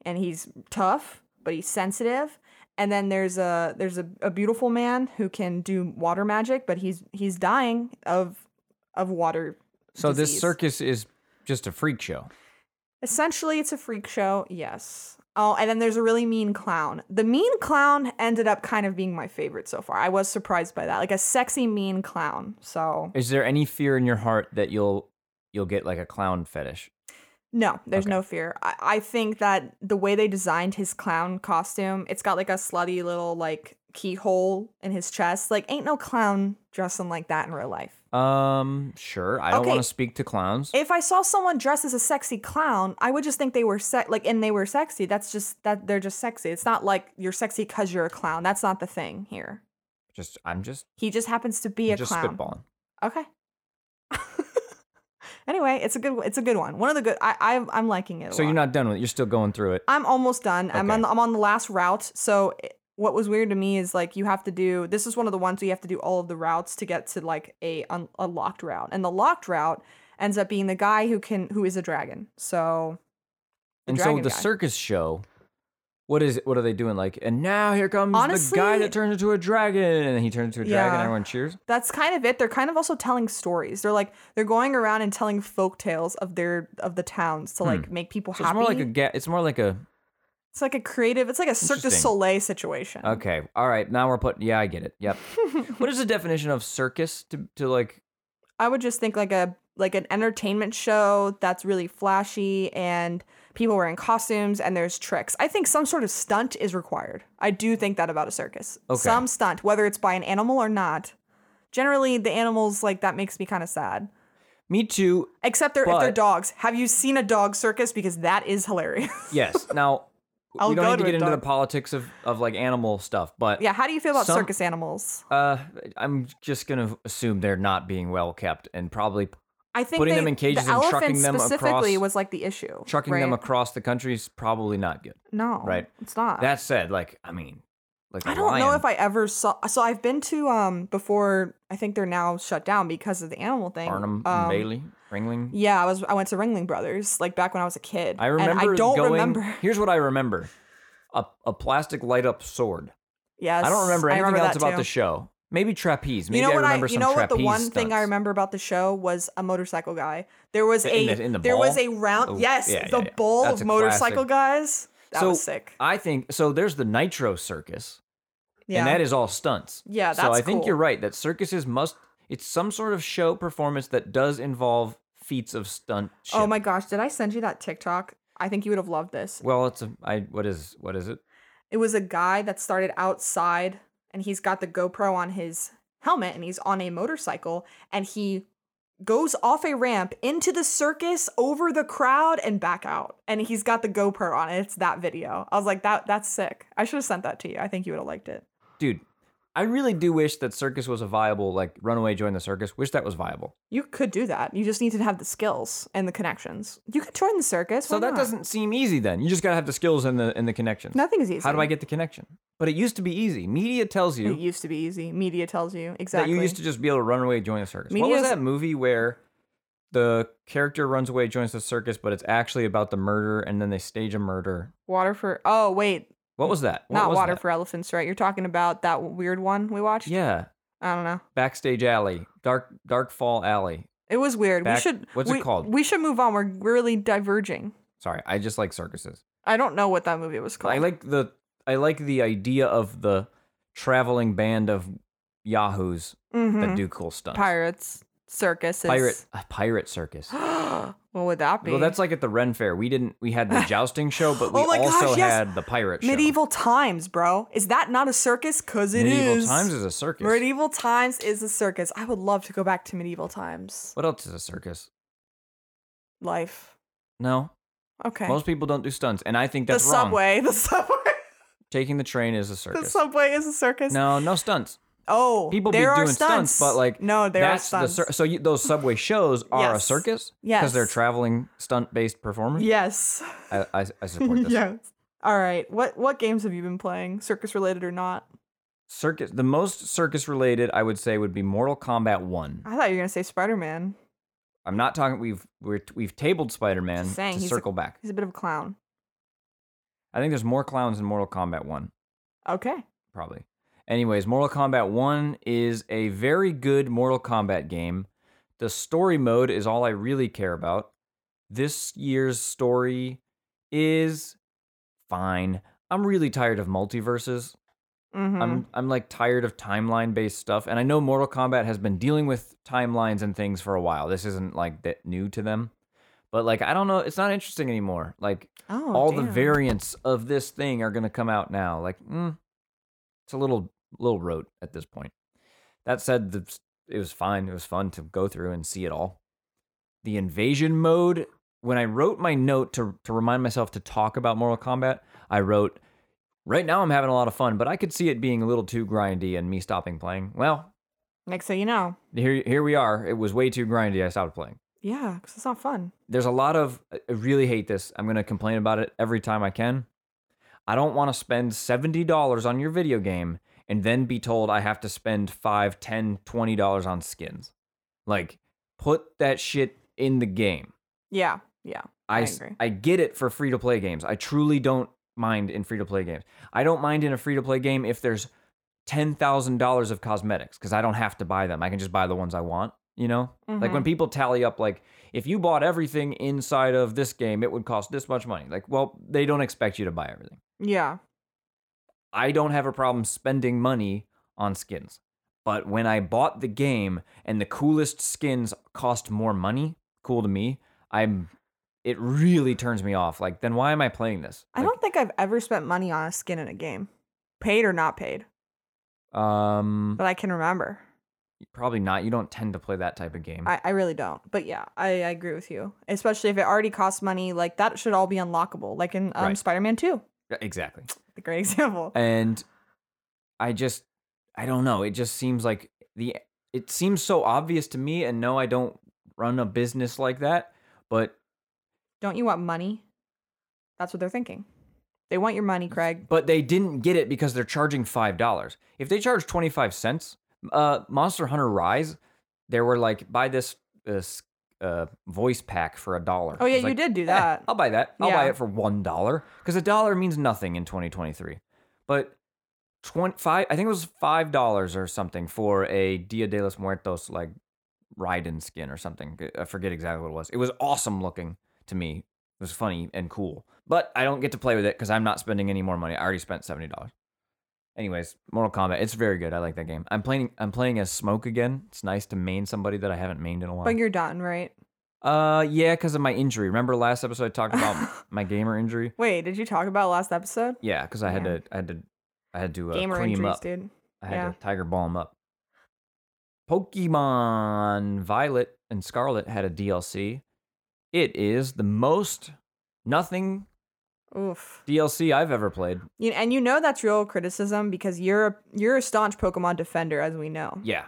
[SPEAKER 2] and he's tough, but he's sensitive. And then there's a there's a, a beautiful man who can do water magic, but he's he's dying of of water.
[SPEAKER 1] So this
[SPEAKER 2] disease.
[SPEAKER 1] circus is just a freak show.
[SPEAKER 2] Essentially, it's a freak show, yes. Oh, and then there's a really mean clown. The mean clown ended up kind of being my favorite so far. I was surprised by that. Like a sexy, mean clown. So,
[SPEAKER 1] Is there any fear in your heart that you'll you'll get like a clown fetish?
[SPEAKER 2] no, there's
[SPEAKER 1] Okay.
[SPEAKER 2] no fear. I-, I think that the way they designed his clown costume, it's got like a slutty little like keyhole in his chest. Like, ain't no clown dressing like that in real life.
[SPEAKER 1] Um, sure. I don't
[SPEAKER 2] Okay.
[SPEAKER 1] want to speak to clowns.
[SPEAKER 2] If I saw someone dressed as a sexy clown, I would just think they were se- like, and they were sexy. That's just that they're just sexy. It's not like you're sexy because you're a clown. That's not the thing here.
[SPEAKER 1] just I'm just
[SPEAKER 2] He just happens to be
[SPEAKER 1] I'm
[SPEAKER 2] a
[SPEAKER 1] just
[SPEAKER 2] clown.
[SPEAKER 1] spitballing.
[SPEAKER 2] Okay. <laughs> anyway, it's a good. It's a good one. One of the good. I, I I'm liking it. a
[SPEAKER 1] So you're
[SPEAKER 2] lot.
[SPEAKER 1] not done with it. You're still going through it.
[SPEAKER 2] I'm almost done. I'm
[SPEAKER 1] Okay.
[SPEAKER 2] on. The, I'm on the last route. So it, what was weird to me is like you have to do. This is one of the ones where you have to do all of the routes to get to like a un, a locked route, and the locked route ends up being the guy who can who is a dragon. So.
[SPEAKER 1] and so
[SPEAKER 2] dragon
[SPEAKER 1] the
[SPEAKER 2] guy.
[SPEAKER 1] circus show, what is it? What are they doing? Like, and now here comes the guy
[SPEAKER 2] Honestly-
[SPEAKER 1] that turns into a dragon, and then he turns into a dragon, and
[SPEAKER 2] Yeah.
[SPEAKER 1] everyone cheers.
[SPEAKER 2] That's kind of it. They're kind of also telling stories. They're like they're going around and telling folk tales of their of the towns to like make people
[SPEAKER 1] Hmm. So it's
[SPEAKER 2] happy.
[SPEAKER 1] more like a ga- it's more like a
[SPEAKER 2] It's like a creative. It's like a Cirque du
[SPEAKER 1] Interesting.
[SPEAKER 2] Soleil situation.
[SPEAKER 1] okay, all right. Now we're putting yeah, I get it.
[SPEAKER 2] <laughs>
[SPEAKER 1] Yep. what is the definition of circus to to like?
[SPEAKER 2] I would just think like a like an entertainment show that's really flashy and people wearing costumes and there's tricks. I think some sort of stunt is required. I do think that about a circus.
[SPEAKER 1] Okay.
[SPEAKER 2] Some stunt, whether it's by an animal or not. Generally, the animals like that makes me kind of sad.
[SPEAKER 1] Me too.
[SPEAKER 2] Except they're, if they're
[SPEAKER 1] But-
[SPEAKER 2] dogs. Have you seen a dog circus? Because that is hilarious. <laughs>
[SPEAKER 1] Yes. Now
[SPEAKER 2] I'll
[SPEAKER 1] we don't
[SPEAKER 2] go
[SPEAKER 1] need to
[SPEAKER 2] to a
[SPEAKER 1] get into
[SPEAKER 2] dog-
[SPEAKER 1] the politics of of like animal stuff, but
[SPEAKER 2] yeah. How do you feel about
[SPEAKER 1] Some-
[SPEAKER 2] circus animals?
[SPEAKER 1] uh, I'm just gonna assume they're not being well kept and probably
[SPEAKER 2] I think
[SPEAKER 1] putting
[SPEAKER 2] they-
[SPEAKER 1] them in cages
[SPEAKER 2] the
[SPEAKER 1] and
[SPEAKER 2] elephant
[SPEAKER 1] trucking them
[SPEAKER 2] specifically
[SPEAKER 1] across-
[SPEAKER 2] was like the issue.
[SPEAKER 1] trucking them
[SPEAKER 2] right?
[SPEAKER 1] across the country is probably not good.
[SPEAKER 2] No,
[SPEAKER 1] right.
[SPEAKER 2] It's not.
[SPEAKER 1] That said, like I mean, like I
[SPEAKER 2] Uh, I don't know if I ever saw. So I've been to um before. I think they're now shut down because of the animal thing.
[SPEAKER 1] Barnum
[SPEAKER 2] um,
[SPEAKER 1] and Bailey Ringling.
[SPEAKER 2] Yeah, I was. I went to Ringling Brothers like back when I was a kid.
[SPEAKER 1] I remember.
[SPEAKER 2] And I don't
[SPEAKER 1] going,
[SPEAKER 2] remember.
[SPEAKER 1] <laughs>
[SPEAKER 2] <laughs>
[SPEAKER 1] Here's what I remember: a a plastic light up sword.
[SPEAKER 2] Yes,
[SPEAKER 1] I don't remember anything else
[SPEAKER 2] that
[SPEAKER 1] about
[SPEAKER 2] too.
[SPEAKER 1] the show. Maybe trapeze. Maybe
[SPEAKER 2] You know
[SPEAKER 1] I
[SPEAKER 2] what I?
[SPEAKER 1] remember
[SPEAKER 2] you
[SPEAKER 1] some
[SPEAKER 2] know what? The
[SPEAKER 1] trapeze
[SPEAKER 2] one thing I
[SPEAKER 1] stunts.
[SPEAKER 2] remember about the show was a motorcycle guy. There was
[SPEAKER 1] In
[SPEAKER 2] a
[SPEAKER 1] the- in the
[SPEAKER 2] there was
[SPEAKER 1] ball?
[SPEAKER 2] a round.
[SPEAKER 1] Oh,
[SPEAKER 2] yes,
[SPEAKER 1] yeah,
[SPEAKER 2] the
[SPEAKER 1] yeah, yeah.
[SPEAKER 2] bowl
[SPEAKER 1] That's
[SPEAKER 2] of
[SPEAKER 1] a
[SPEAKER 2] motorcycle guys. That
[SPEAKER 1] So,
[SPEAKER 2] was sick.
[SPEAKER 1] I think so. There's the Nitro Circus,
[SPEAKER 2] Yeah,
[SPEAKER 1] and that is all stunts.
[SPEAKER 2] Yeah,
[SPEAKER 1] so.
[SPEAKER 2] that's
[SPEAKER 1] I think
[SPEAKER 2] cool.
[SPEAKER 1] you're right that circuses must. It's some sort of show performance that does involve feats of stunt.
[SPEAKER 2] oh my gosh! Did I send you that TikTok? I think you would have loved this.
[SPEAKER 1] Well, it's a. I what is what is it?
[SPEAKER 2] it was a guy that started outside and he's got the GoPro on his helmet and he's on a motorcycle and he goes off a ramp into the circus over the crowd and back out and he's got the GoPro on it. It's that video. I was like that that's sick. I should have sent that to you. I think you would have liked it.
[SPEAKER 1] dude i really do wish that circus was a viable like runaway join the circus wish that was viable
[SPEAKER 2] You could do that. You just need to have the skills and the connections. You could join the circus.
[SPEAKER 1] so
[SPEAKER 2] why
[SPEAKER 1] that
[SPEAKER 2] not?
[SPEAKER 1] doesn't seem easy then you just gotta have the skills and the and the connections
[SPEAKER 2] Nothing is easy.
[SPEAKER 1] how do i get the connection but it used to be easy media tells you
[SPEAKER 2] It used to be easy. Media tells you
[SPEAKER 1] that
[SPEAKER 2] exactly.
[SPEAKER 1] you used to just be able to run away join the circus what was
[SPEAKER 2] Media's-
[SPEAKER 1] that movie where the character runs away joins the circus but it's actually about the murder and then they stage a murder
[SPEAKER 2] Waterford. Oh wait,
[SPEAKER 1] What was that? What
[SPEAKER 2] Not
[SPEAKER 1] was
[SPEAKER 2] Water
[SPEAKER 1] that?
[SPEAKER 2] for Elephants, right? You're talking about that weird one we watched?
[SPEAKER 1] Yeah,
[SPEAKER 2] I don't know.
[SPEAKER 1] backstage alley, dark dark fall alley.
[SPEAKER 2] It was weird. we
[SPEAKER 1] Back-
[SPEAKER 2] should
[SPEAKER 1] what's it
[SPEAKER 2] we,
[SPEAKER 1] called?
[SPEAKER 2] We should move on. We're really diverging.
[SPEAKER 1] Sorry, I just like circuses.
[SPEAKER 2] I don't know what that movie was called.
[SPEAKER 1] I like the I like the idea of the traveling band of yahoos
[SPEAKER 2] Mhm.
[SPEAKER 1] that do cool stunts.
[SPEAKER 2] Pirates Circus. Is...
[SPEAKER 1] pirate a pirate circus.
[SPEAKER 2] <gasps> what would that be?
[SPEAKER 1] Well, that's like at the Ren Fair. We didn't. We
[SPEAKER 2] <laughs>
[SPEAKER 1] had the jousting show, but we
[SPEAKER 2] Oh my gosh,
[SPEAKER 1] also
[SPEAKER 2] yes.
[SPEAKER 1] had the pirate
[SPEAKER 2] medieval times, bro. Is that not a circus? Cause
[SPEAKER 1] show.
[SPEAKER 2] it is.
[SPEAKER 1] medieval times is a circus.
[SPEAKER 2] Medieval times is a circus. I would love to go back to medieval times.
[SPEAKER 1] what else is a circus?
[SPEAKER 2] Life.
[SPEAKER 1] No,
[SPEAKER 2] Okay.
[SPEAKER 1] most people don't do stunts, and I think
[SPEAKER 2] the
[SPEAKER 1] that's wrong.
[SPEAKER 2] subway. <laughs> The subway.
[SPEAKER 1] Taking the train is a
[SPEAKER 2] The
[SPEAKER 1] circus.
[SPEAKER 2] subway is a circus.
[SPEAKER 1] no, no stunts.
[SPEAKER 2] Oh,
[SPEAKER 1] People
[SPEAKER 2] there
[SPEAKER 1] be
[SPEAKER 2] are
[SPEAKER 1] doing stunts, but like
[SPEAKER 2] no, there
[SPEAKER 1] that's
[SPEAKER 2] are
[SPEAKER 1] the
[SPEAKER 2] stunts.
[SPEAKER 1] cir- so you, those subway shows are a
[SPEAKER 2] Yes.
[SPEAKER 1] circus
[SPEAKER 2] yes,
[SPEAKER 1] they're traveling stunt based performance.
[SPEAKER 2] Yes.
[SPEAKER 1] I, I, I support this.
[SPEAKER 2] <laughs> yes. All right. What what games have you been playing, circus related or not?
[SPEAKER 1] Circus. The most circus related I would say would be Mortal Kombat One.
[SPEAKER 2] I thought you were gonna say Spider Man.
[SPEAKER 1] I'm not talking. We've we're, we've tabled Spider Man
[SPEAKER 2] Just saying,
[SPEAKER 1] to
[SPEAKER 2] he's a-
[SPEAKER 1] circle back.
[SPEAKER 2] He's a bit of a clown.
[SPEAKER 1] I think there's more clowns in Mortal Kombat 1,
[SPEAKER 2] Okay.
[SPEAKER 1] probably. Anyways, Mortal Kombat 1 is a very good Mortal Kombat game. The story mode is all I really care about. This year's story is fine. I'm really tired of multiverses.
[SPEAKER 2] Mm-hmm.
[SPEAKER 1] I'm I'm like tired of timeline based stuff and I know Mortal Kombat has been dealing with timelines and things for a while. This isn't like that new to them. But like I don't know, it's not interesting anymore. Like
[SPEAKER 2] oh,
[SPEAKER 1] all the
[SPEAKER 2] damn.
[SPEAKER 1] variants of this thing are going to come out now. Like, mm, it's a little little rote at this point. That said, the, it was fine. It was fun to go through and see it all. The invasion mode. When I wrote my note to to remind myself to talk about Mortal Kombat, I wrote, "Right now I'm having a lot of fun, but I could see it being a little too grindy and me stopping playing." Well,
[SPEAKER 2] next thing you know,
[SPEAKER 1] here here we are. It was way too grindy. I stopped playing
[SPEAKER 2] yeah, because it's not fun.
[SPEAKER 1] there's a lot of I really hate this. I'm gonna complain about it every time I can. I don't want to spend seventy dollars on your video game and then be told I have to spend five, ten, twenty dollars on skins. Like, put that shit in the game.
[SPEAKER 2] Yeah, yeah. I
[SPEAKER 1] I s-
[SPEAKER 2] agree.
[SPEAKER 1] I get it for free to play games. I truly don't mind in free to play games. I don't mind in a free to play game if there's ten thousand dollars of cosmetics because I don't have to buy them. I can just buy the ones I want. You know,
[SPEAKER 2] Mm-hmm.
[SPEAKER 1] like when people tally up, like if you bought everything inside of this game, it would cost this much money. Like, well, they don't expect you to buy everything.
[SPEAKER 2] yeah,
[SPEAKER 1] I don't have a problem spending money on skins. But when I bought the game and the coolest skins cost more money, cool to me, I'm it really turns me off. Like, then why am I playing this?
[SPEAKER 2] I don't think I've ever spent money on a skin in a game, paid or not paid,
[SPEAKER 1] don't um
[SPEAKER 2] but I can remember.
[SPEAKER 1] probably not. You don't tend to play that type of game.
[SPEAKER 2] I, I really don't. But yeah, I, I agree with you. Especially if it already costs money, like that should all be unlockable, like in um,
[SPEAKER 1] Right.
[SPEAKER 2] Spider Man 2,
[SPEAKER 1] exactly.
[SPEAKER 2] the great <laughs> example.
[SPEAKER 1] and i just i don't know it just seems like the it seems so obvious to me and no i don't run a business like that but
[SPEAKER 2] don't you want money? That's what they're thinking. They want your money, Craig.
[SPEAKER 1] but they didn't get it because they're charging five dollars if they charge 25 cents uh monster hunter rise there were like buy this this uh voice pack for a dollar
[SPEAKER 2] Oh, yeah,
[SPEAKER 1] It's
[SPEAKER 2] you
[SPEAKER 1] like,
[SPEAKER 2] did do
[SPEAKER 1] "Eh,
[SPEAKER 2] that.
[SPEAKER 1] i'll buy that i'll buy
[SPEAKER 2] Yeah.
[SPEAKER 1] it for one dollar because a dollar means nothing in 2023 but 25 i think it was five dollars or something for a dia de los muertos like Raiden skin or something i forget exactly what it was it was awesome looking to me it was funny and cool but i don't get to play with it because i'm not spending any more money i already spent 70 dollars anyways mortal kombat it's very good i like that game i'm playing i'm playing as smoke again it's nice to main somebody that i haven't mained in a while
[SPEAKER 2] But you're done, right?
[SPEAKER 1] uh yeah because of my injury remember last episode i talked about my gamer injury
[SPEAKER 2] <laughs> Wait, did you talk about last episode?
[SPEAKER 1] yeah because i had
[SPEAKER 2] Yeah.
[SPEAKER 1] to i had to i had to uh,
[SPEAKER 2] Gamer
[SPEAKER 1] cream
[SPEAKER 2] injuries,
[SPEAKER 1] up
[SPEAKER 2] dude.
[SPEAKER 1] I had
[SPEAKER 2] Yeah.
[SPEAKER 1] to tiger ball him up. Pokemon Violet and Scarlet had a DLC. It is the most nothing
[SPEAKER 2] Oof.
[SPEAKER 1] DLC I've ever played.
[SPEAKER 2] You, and you know that's real criticism because you're a you're a staunch Pokemon defender, as we know.
[SPEAKER 1] Yeah.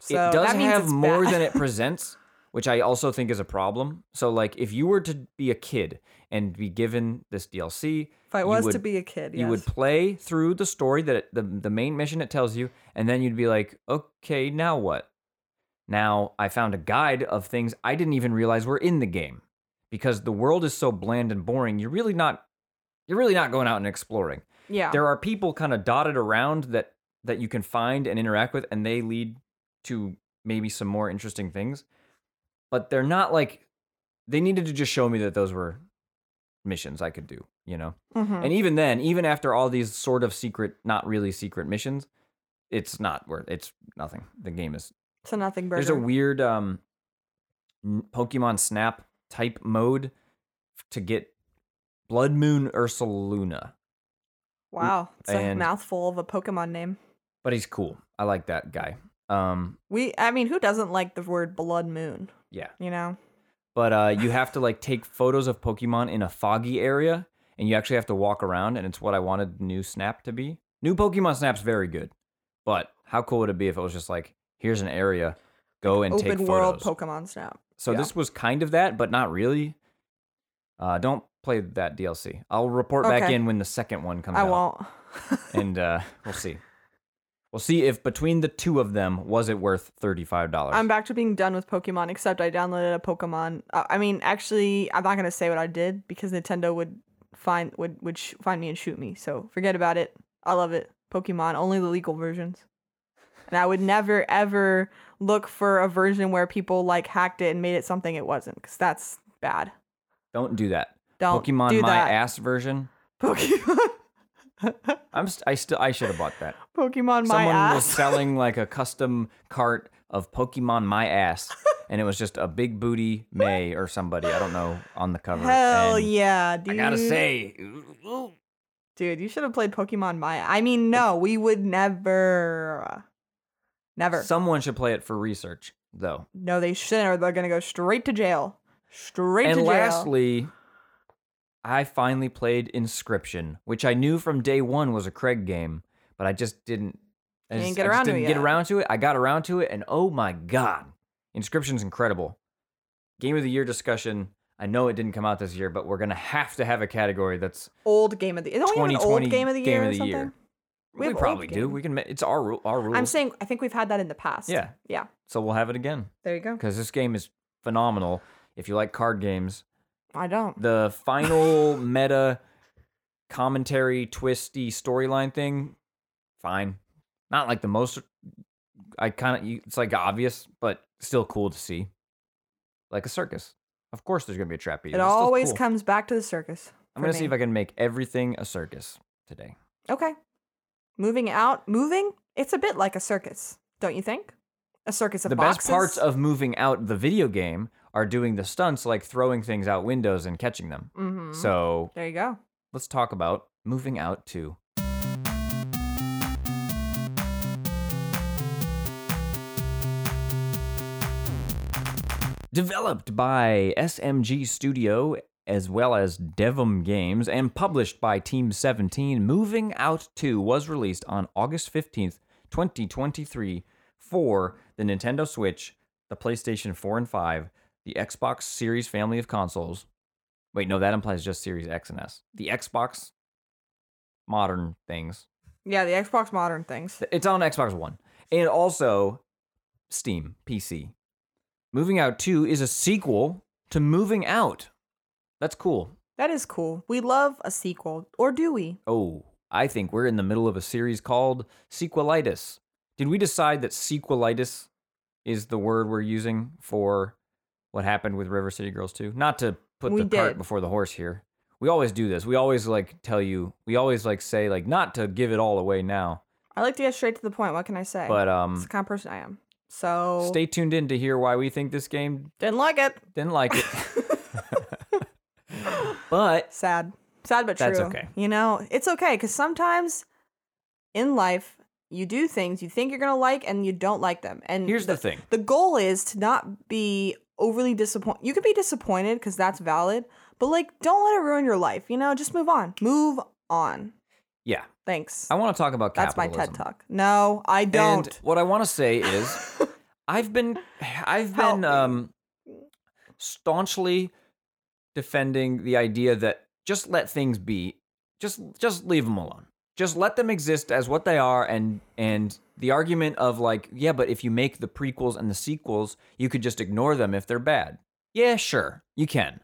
[SPEAKER 2] So
[SPEAKER 1] it does
[SPEAKER 2] that means
[SPEAKER 1] have
[SPEAKER 2] it's
[SPEAKER 1] more
[SPEAKER 2] bad.
[SPEAKER 1] than it presents, which I also think is a problem. So like if you were to be a kid and be given this DLC,
[SPEAKER 2] <laughs> If I
[SPEAKER 1] you
[SPEAKER 2] was to
[SPEAKER 1] would-
[SPEAKER 2] be a kid, yes.
[SPEAKER 1] you would play through the story that it, the the main mission it tells you, and then you'd be like, okay, now what? Now I found a guide of things I didn't even realize were in the game, because the world is so bland and boring. You're really not, you're really not going out and exploring.
[SPEAKER 2] Yeah.
[SPEAKER 1] there are people kind of dotted around that that you can find and interact with and they lead to maybe some more interesting things but they're not like they needed to just show me that those were missions i could do you know
[SPEAKER 2] Mhm.
[SPEAKER 1] and even then even after all these sort of secret not really secret missions it's not worth it's nothing the game is
[SPEAKER 2] So nothing burger.
[SPEAKER 1] there's a weird um n- pokemon snap type mode to get blood moon ursaluna
[SPEAKER 2] wow. It's a
[SPEAKER 1] and-
[SPEAKER 2] mouthful of a Pokemon name.
[SPEAKER 1] but he's cool. I like that guy. Um,
[SPEAKER 2] We I mean, who doesn't like the word blood moon?
[SPEAKER 1] yeah.
[SPEAKER 2] You know?
[SPEAKER 1] But uh, you have to like take photos of Pokemon in a foggy area, and you actually have to walk around, and it's what I wanted new Snap to be. New Pokemon Snap's very good, but how cool would it be if it was just like here's an area, go and take
[SPEAKER 2] Open
[SPEAKER 1] photos.
[SPEAKER 2] world Pokemon snap.
[SPEAKER 1] so
[SPEAKER 2] yeah.
[SPEAKER 1] this was kind of that, but not really. Uh, don't play that DLC. I'll report back
[SPEAKER 2] Okay.
[SPEAKER 1] in when the second one comes
[SPEAKER 2] I
[SPEAKER 1] out.
[SPEAKER 2] won't.
[SPEAKER 1] and uh, we'll see. We'll see if between the two of them was it worth thirty five dollars.
[SPEAKER 2] I'm back to being done with Pokemon, except I downloaded a Pokemon. Uh, I mean, actually, I'm not gonna say what I did because Nintendo would find would would sh- find me and shoot me. So forget about it. I love it. Pokemon, only the legal versions. And I would never ever look for a version where people like hacked it and made it something it wasn't, because that's bad.
[SPEAKER 1] Don't do that.
[SPEAKER 2] Don't
[SPEAKER 1] Pokemon
[SPEAKER 2] do
[SPEAKER 1] My
[SPEAKER 2] that.
[SPEAKER 1] Ass version.
[SPEAKER 2] Pokemon.
[SPEAKER 1] I'm st- I still I should have bought that.
[SPEAKER 2] <laughs> Pokemon, my
[SPEAKER 1] Someone was
[SPEAKER 2] ass. <laughs>
[SPEAKER 1] selling like a custom cart of Pokemon My
[SPEAKER 2] <laughs>
[SPEAKER 1] Ass, and it was just a big booty May or somebody I don't know on the cover.
[SPEAKER 2] Hell
[SPEAKER 1] and
[SPEAKER 2] yeah, dude.
[SPEAKER 1] I gotta say,
[SPEAKER 2] Dude, you should have played Pokemon Maya. I mean, no, we would never. Never.
[SPEAKER 1] someone should play it for research though.
[SPEAKER 2] no, they shouldn't, or they're going to go straight to jail. Straight
[SPEAKER 1] and
[SPEAKER 2] to jail.
[SPEAKER 1] lastly, I finally played Inscription, which I knew from day one was a Craig game, but I just didn't. I
[SPEAKER 2] You
[SPEAKER 1] just,
[SPEAKER 2] didn't get
[SPEAKER 1] I just
[SPEAKER 2] around to it
[SPEAKER 1] didn't get
[SPEAKER 2] yet.
[SPEAKER 1] around to it. I got around to it, and oh my god, Inscription's incredible. Game of the year discussion. I know it didn't come out this year, but we're gonna have to have a category that's
[SPEAKER 2] Old game of the Don't we have an
[SPEAKER 1] 2020
[SPEAKER 2] old game of the year
[SPEAKER 1] Game
[SPEAKER 2] or
[SPEAKER 1] of the
[SPEAKER 2] something?
[SPEAKER 1] Year.
[SPEAKER 2] We
[SPEAKER 1] We,
[SPEAKER 2] have old
[SPEAKER 1] probably do.
[SPEAKER 2] game.
[SPEAKER 1] We can. ma- It's our rule. Our rule.
[SPEAKER 2] I'm saying, I think we've had that in the past.
[SPEAKER 1] Yeah.
[SPEAKER 2] Yeah.
[SPEAKER 1] so we'll have it again
[SPEAKER 2] There you go.
[SPEAKER 1] because this game is phenomenal. If you like card games,
[SPEAKER 2] I don't.
[SPEAKER 1] the
[SPEAKER 2] <laughs>
[SPEAKER 1] final meta commentary twisty storyline thing fine not like the most i kind of it's like obvious but still cool to see like a circus of course there's gonna be a trapeze
[SPEAKER 2] It
[SPEAKER 1] This stuff's
[SPEAKER 2] always
[SPEAKER 1] cool.
[SPEAKER 2] comes back to the circus.
[SPEAKER 1] i'm
[SPEAKER 2] for
[SPEAKER 1] gonna see
[SPEAKER 2] me.
[SPEAKER 1] if i can make everything a circus today
[SPEAKER 2] Okay. Moving out. Moving? It's a bit like a circus, don't you think? A circus of
[SPEAKER 1] the
[SPEAKER 2] boxes.
[SPEAKER 1] best parts of moving out the video game are doing the stunts like throwing things out windows and catching them
[SPEAKER 2] hmm
[SPEAKER 1] so
[SPEAKER 2] There you go.
[SPEAKER 1] let's talk about moving out to developed by SMG Studio as well as Devum Games and published by Team 17 Moving Out 2 was released on August 15th 2023 for the Nintendo Switch, the PlayStation 4 and 5, the Xbox Series family of consoles, Wait, no, that implies just Series X and S. The Xbox modern things.
[SPEAKER 2] Yeah, the Xbox Modern things.
[SPEAKER 1] It's on Xbox One. And also Steam, PC. Moving Out 2 is a sequel to Moving Out. That's cool.
[SPEAKER 2] That is cool. We love a sequel, or do we?
[SPEAKER 1] Oh, I think we're in the middle of a series called sequelitis. Did we decide that sequelitis is the word we're using for what happened with River City Girls 2? Not to put
[SPEAKER 2] We
[SPEAKER 1] the cart
[SPEAKER 2] did.
[SPEAKER 1] before the horse here. We always do this. We always like tell you, we always like say like not to give it all away now.
[SPEAKER 2] I like to get straight to the point. What can I say?
[SPEAKER 1] But
[SPEAKER 2] it's the
[SPEAKER 1] um
[SPEAKER 2] kind of person I am. So
[SPEAKER 1] stay tuned in to hear why we think this game
[SPEAKER 2] didn't like it.
[SPEAKER 1] didn't like it.
[SPEAKER 2] <laughs>
[SPEAKER 1] <laughs> but
[SPEAKER 2] Sad, sad but true.
[SPEAKER 1] That's okay.
[SPEAKER 2] You know, it's okay because sometimes in life you do things you think you're gonna like and you don't like them. And
[SPEAKER 1] here's the thing.
[SPEAKER 2] the goal is to not be overly disappointed. You can be disappointed because that's valid, but like don't let it ruin your life. You know, just move on. Move on.
[SPEAKER 1] Yeah.
[SPEAKER 2] Thanks.
[SPEAKER 1] I want to talk about
[SPEAKER 2] That's my
[SPEAKER 1] capitalism.
[SPEAKER 2] TED talk. No, I don't.
[SPEAKER 1] And what I want to say is
[SPEAKER 2] <laughs>
[SPEAKER 1] I've been I've
[SPEAKER 2] Help
[SPEAKER 1] been
[SPEAKER 2] me.
[SPEAKER 1] um staunchly defending the idea that just let things be. Just just leave them alone. Just let them exist as what they are and and the argument of like, yeah, but if you make the prequels and the sequels, you could just ignore them if they're bad. Yeah, sure. You can.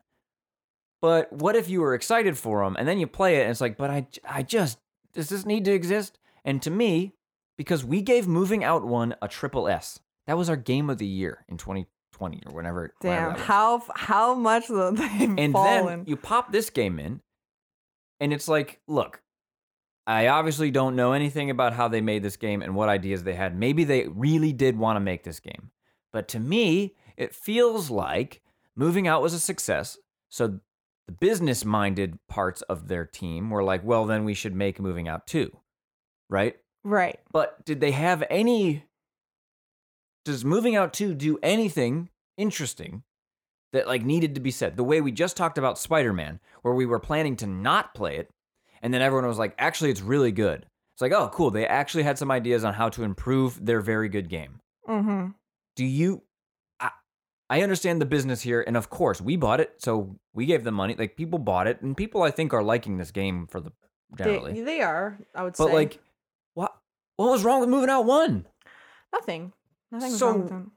[SPEAKER 1] But what if you were excited for them and then you play it and it's like, but I j- I just Does this need to exist? And to me, because we gave Moving Out One a triple S. That was our game of the year in 2020 or whenever. whenever
[SPEAKER 2] Damn,
[SPEAKER 1] that was.
[SPEAKER 2] how how much the- <laughs> they've
[SPEAKER 1] And
[SPEAKER 2] fallen.
[SPEAKER 1] then you pop this game in, and it's like, look, I obviously don't know anything about how they made this game and what ideas they had. Maybe they really did want to make this game. But to me, it feels like moving out was a success. So the business minded parts of their team were like, well, then we should make moving out too, right?
[SPEAKER 2] right.
[SPEAKER 1] But did they have any? Does moving out two do anything interesting that like needed to be said? The way we just talked about Spider Man, where we were planning to not play it, and then everyone was like, "Actually, it's really good." It's like, "Oh, cool! They actually had some ideas on how to improve their very good game."
[SPEAKER 2] Mm-hmm.
[SPEAKER 1] Do you? I, I understand the business here, and of course, we bought it, so we gave them money. Like people bought it, and people I think are liking this game for the generally.
[SPEAKER 2] They, they are. I would
[SPEAKER 1] but
[SPEAKER 2] say.
[SPEAKER 1] like, what what was wrong with moving out one?
[SPEAKER 2] nothing. Nothing.
[SPEAKER 1] So-
[SPEAKER 2] So, wrong with them.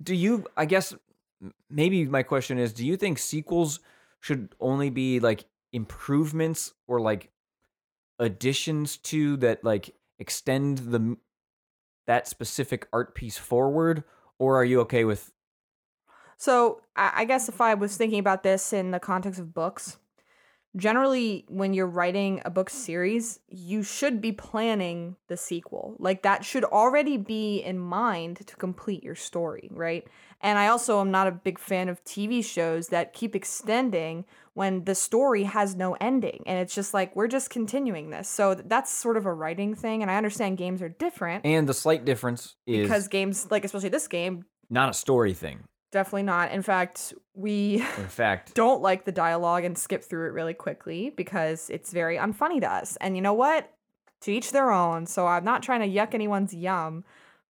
[SPEAKER 1] do you i guess m- maybe my question is do you think sequels should only be like improvements or like additions to that like extend the m- that specific art piece forward or are you okay with
[SPEAKER 2] So I, I guess if I was thinking about this in the context of books, generally when you're writing a book series, you should be planning the sequel. Like that should already be in mind to complete your story, right? And I also am not a big fan of TV shows that keep extending when the story has no ending and it's just like we're just continuing this. So th- that's sort of a writing thing and I understand games are different
[SPEAKER 1] and the slight difference is
[SPEAKER 2] because games like especially this game
[SPEAKER 1] not a story thing
[SPEAKER 2] definitely not. In fact, we
[SPEAKER 1] in fact
[SPEAKER 2] don't like the dialogue and skip through it really quickly because it's very unfunny to us. And you know what? To each their own. So I'm not trying to yuck anyone's yum,